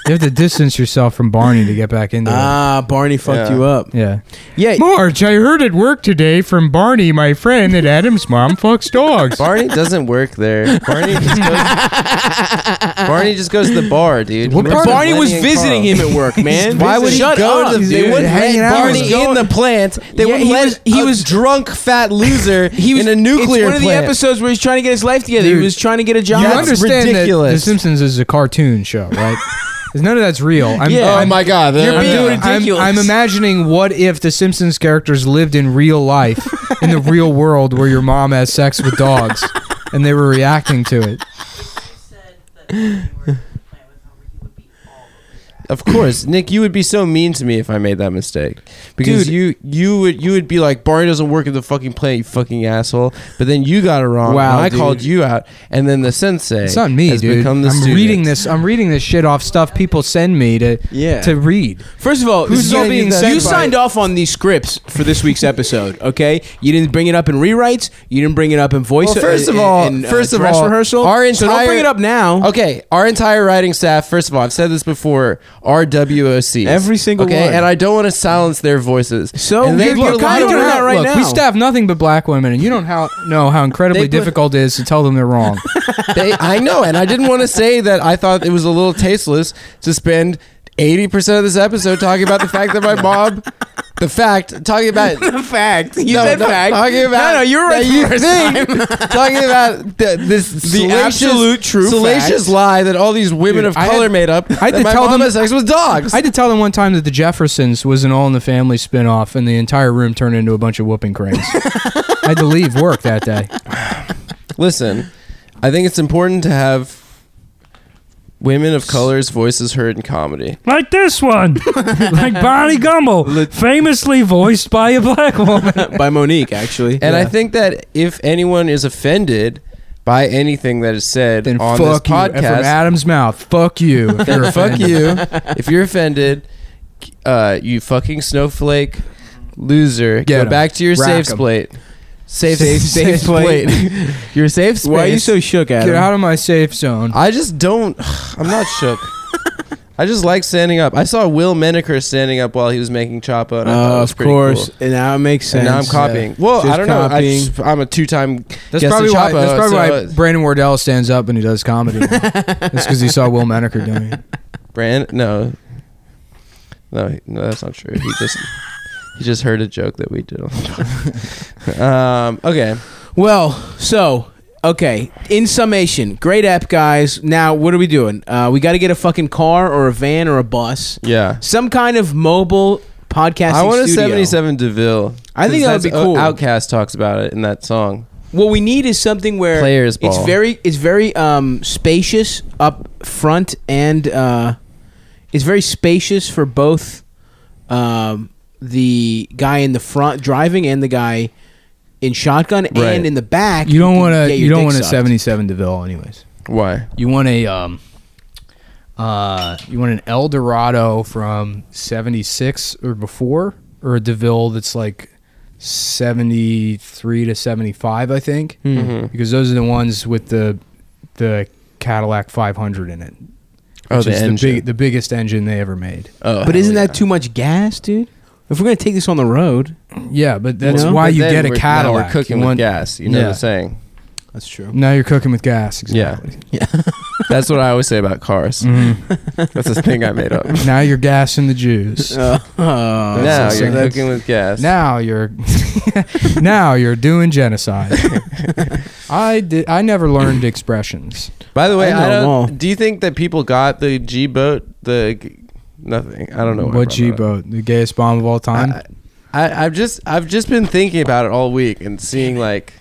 You have to distance yourself from Barney to get back into
ah, Barney fucked
Yeah.
you up.
it. Yeah.
Yeah,
Marge, I heard at work today from Barney, my friend, that Adam's mom fucks dogs.
Barney doesn't work there. Barney just goes. Barney just goes to the bar, dude.
What
He works
part of
with
Barney was
Lenny and
visiting
Carl.
him at work, man.
Why would he
Shut
go
up,
to the? They
dude.
wouldn't
Hanging
let
out
Barney
was
in
going-
the plant. They
Yeah,
wouldn't
he
let
was- he
a
was-
drunk fat loser. he was in a nuclear
It's one of the
plant.
episodes where he's trying to get his life together.
Dude,
he was trying to get a job.
you
That's
understand that The
ridiculous.
Simpsons is a cartoon show, right? 'Cause None of that's real. I'm,
Yeah.
I'm-
Oh my
god,
You're
I'm,
being
doing- I'm-
ridiculous.
I'm imagining what if the Simpsons characters lived in real life, in the real world where your mom has sex with dogs, and they were reacting to it.
said that if you were to play with Homer, he would be all over that.
Of course, Nick, you would be so mean to me if I made that mistake. Because
Dude.
you you would you would be like Barney doesn't work at the fucking plant, you fucking asshole. But then you got it wrong.
Wow,
and I
dude.
called you out, and then the sensei
It's not me,
has
dude.
become
I'm
the student.
reading this. I'm reading this shit off stuff people send me to
Yeah.
to read.
First of all,
Who's
this is all
getting
being
that
said. You
by-
signed off on these scripts for this week's episode, okay? You didn't bring it up in rewrites. You didn't bring it up in voice.
Well, first of
in-
all-
in, uh,
first of
dress
all,
rehearsal.
our
so don't bring
entire-
it up now.
Okay, our entire writing staff. First of all, I've said this before. Are WOCs
Every single
okay,
one.
and I don't want to silence their voices.
So
and
you're-
put
you're
a lot
kinda
of
doing
work-
that right
look,
now.
we staff nothing but black women, and you don't how, know how incredibly
They put-
difficult it is to tell them they're wrong.
They, I know, and I didn't want to say that I thought it was a little tasteless to spend eighty percent of this episode talking about the fact that my mom, the fact, talking about.
fact. You
no,
said
no,
fact.
Talking about
no, no, you're right.
that
the
You
first
think,
time.
talking about the, this salacious-
absolute true
salacious
fact.
lie that all these women
Dude,
of
I
color
had-
made up.
I had
that
to
my
tell
mom
them-
has sex with dogs.
I had to tell them one time that the Jeffersons was an All in the Family spinoff, and the entire room turned into a bunch of whooping cranes. I had to leave work that day.
Listen, I think it's important to have Women of color's voices heard in comedy.
Like this one, like Bonnie Gumble, famously voiced by a black woman.
by Monique actually.
And I think that if anyone is offended by anything that is said
Then
on this
fuck you. And From
podcast,
Adam's mouth, fuck you. if you're
then fuck
offended.
you. If you're offended, uh, you fucking snowflake loser,
Get
go
'em.
back to your
Rack
safe
'em.
plate. Safe,
Safe-
safe,
safe
plate. your safe space.
Why are you so shook, Adam?
Get out of my safe zone.
I just don't. I'm not shook. I just like standing up. I saw Will Menaker standing up while he was making Choppa. And I thought it
Uh,
was
of
pretty
course,
cool.
and now it makes sense.
And now I'm copying. Well,
Just
I don't know. I
copying.
just, I'm a two-time.
That's
guest
probably,
of
why,
Choppa,
that's probably
so-
why Brandon Wardell stands up and he does comedy. now. that's because he saw Will Menaker doing it.
Brand no. No, he- no, that's not true. He just he just heard a joke that we did. On the um, okay,
Well, so okay. In summation, great app, guys. Now, what are we doing? Uh, we got to get a fucking car or a van or a bus,
yeah.
some kind of mobile podcasting.
I want a
studio.
seventy-seven Deville.
I think that would be
That's-
cool.
Outcast talks about it in that song.
What we need is something where
Players
it's
ball.
very it's very um, spacious up front and uh, it's very spacious for both um, the guy in the front driving and the guy in shotgun
Right.
and in the back.
You don't
can
want to.
get your
You don't
dick
want a
sucked.
seventy-seven Deville, anyways.
Why?
You want a um, uh, you want an El Dorado from '76 or before, or a Deville that's like '73 to '75, I think,
Hmm. Mm-hmm.
Mhm.
because those are the ones with the the Cadillac 500 in it,
Oh,
which
the
is
engine.
the, big, the biggest engine they ever made.
oh,
But isn't
hell
that too much gas, dude? If we're gonna take this on the road,
Yeah, but that's
Well,
why
But
you
then
get a
we're- now
Cadillac.
We're cooking
You
with
want-
gas. You know
Yeah.
what I'm saying?
that's true.
Now you're cooking with gas. Exactly.
That's what I always say about cars.
Mhm.
That's a thing I made up.
now you're gassing the
Oh,
Jews.
now
so
you're
that's-
cooking with gas.
Now you're now you're doing genocide. I did I never learned expressions.
By the way,
I know
I,
them all.
don't. Do you think that people got the G boat? The g- nothing. I don't know why I
What
brought that
G
up.
boat? The gayest bomb of all time?
I, I, I've just I've just been thinking about it all week and seeing like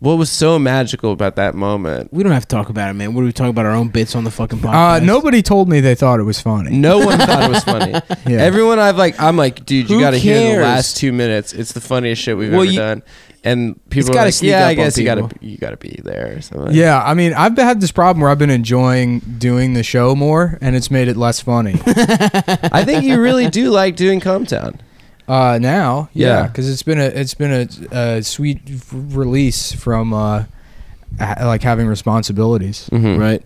what was so magical about that moment.
we don't have to talk about it, man. What are we talking about? Our own bits on the fucking podcast.
uh, nobody told me they thought it was funny.
No one thought it was funny.
Yeah.
Everyone I've like I'm like, dude, you
Who
got to hear the
cares?
last two minutes. It's the funniest shit we've
Well,
ever
you-
done. And people are
gotta
like,
sneak
yeah,
up
I
on
guess you got
people.
to you got to be there. Or something.
Yeah, I mean, I've had this problem where I've been enjoying doing the show more, and it's made it less funny.
I think you really do like doing Comtown.
Uh, now, yeah,
Yeah.
because it's been a it's been a, a sweet f- release from uh, ha- like having responsibilities.
Mm-hmm.
right?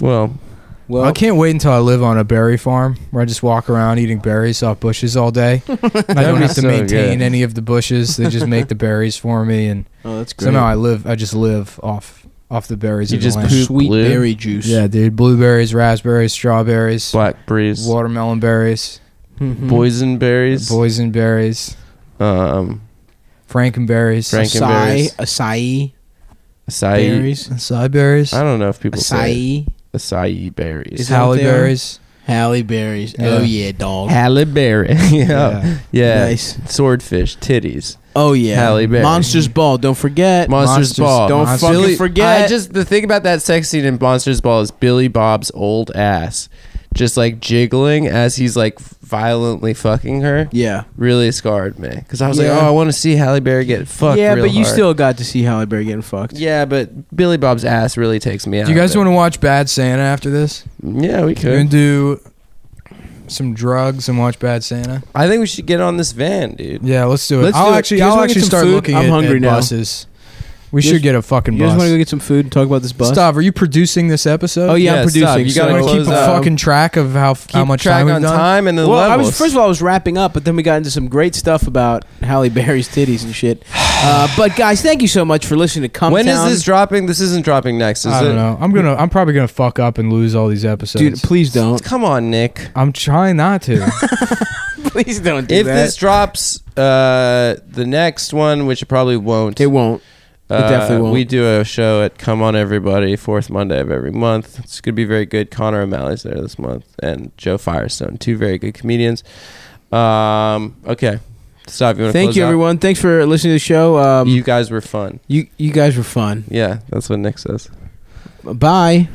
Well,
Well,
I can't wait until I live on a berry farm where I just walk around eating berries off bushes all day. I
That'd
don't
be
have to
so
maintain
good.
any of the bushes; they just make the berries for me, and
Oh, that's great.
somehow I live. I just live off off the berries.
You
of the
just
land.
poop
sweet
blue.
berry juice.
yeah, dude. Blueberries, raspberries, strawberries,
Black Breeze,
watermelon berries,
Mhm.
Hmm. Boysenberries,
boysenberries,
um,
frankenberries,
Frank-
Acai,
Frankenberries.
acai
acai.
berries,
side berries,
I don't know if people say
acai,
it. acai berries.
Is that what
Halle
they are?
berries.
halle berries.
Yeah.
Oh yeah, dog.
Halle Berry. yeah.
Yeah.
Yeah.
Nice.
Swordfish, titties,
Oh yeah,
Halle Berry.
Monsters Ball. Don't forget.
Monsters,
Monsters-
Ball.
Don't
Monsters-
fucking
Billy-
forget.
I just the thing about that sex scene in Monsters Ball is Billy Bob's old ass, just like jiggling as he's like violently fucking her,
yeah.
really scarred me. Because I was
Yeah.
like, oh, I want to see Halle Berry get fucked.
yeah,
real
but you
hard."
still got to see Halle Berry getting fucked.
Yeah, but Billy Bob's ass really takes me out.
Do you guys want to watch Bad Santa after this?
to? Yeah, we
We're gonna
could.
do some drugs and watch Bad Santa.
I think we should get on this van, dude.
Yeah, let's do it.
Let's
I'll
do it.
actually,
You guys
I'll
wanna get
actually
some
start
food?
looking
I'm
at,
hungry
at
now.
buses. We
You
should
just-
get a fucking
You just want to go
bus.
get some food and talk about this bus?
Stop! Are you producing this episode?
Oh yeah,
Yeah,
I'm producing.
stop. You
You
gotta
so-
want to
close
keep a
up.
fucking track of how f- how
Keep
much
track
time we've
on
done?
time and the
well, I
levels.
was first of all, I was wrapping up, but then we got into some great stuff about Halle Berry's titties and shit. Uh, but guys, thank you so much for listening to Come
when is
Town.
this dropping? This isn't dropping next, is
I don't
it?
know. I'm gonna. I'm probably gonna fuck up and lose all these episodes.
dude? Please don't,
Come on, Nick.
I'm trying not to.
please don't do
if
that.
this drops uh the next one which it probably won't
it won't.
uh,
definitely won't.
we do a show at come on everybody fourth monday of every month it's gonna be very good connor o'malley's there this month and joe firestone two very good comedians um okay stop you want to
Thank you, everyone. Thanks for listening to the show. Um,
you guys were fun
you you guys were fun.
yeah that's what nick says
Bye.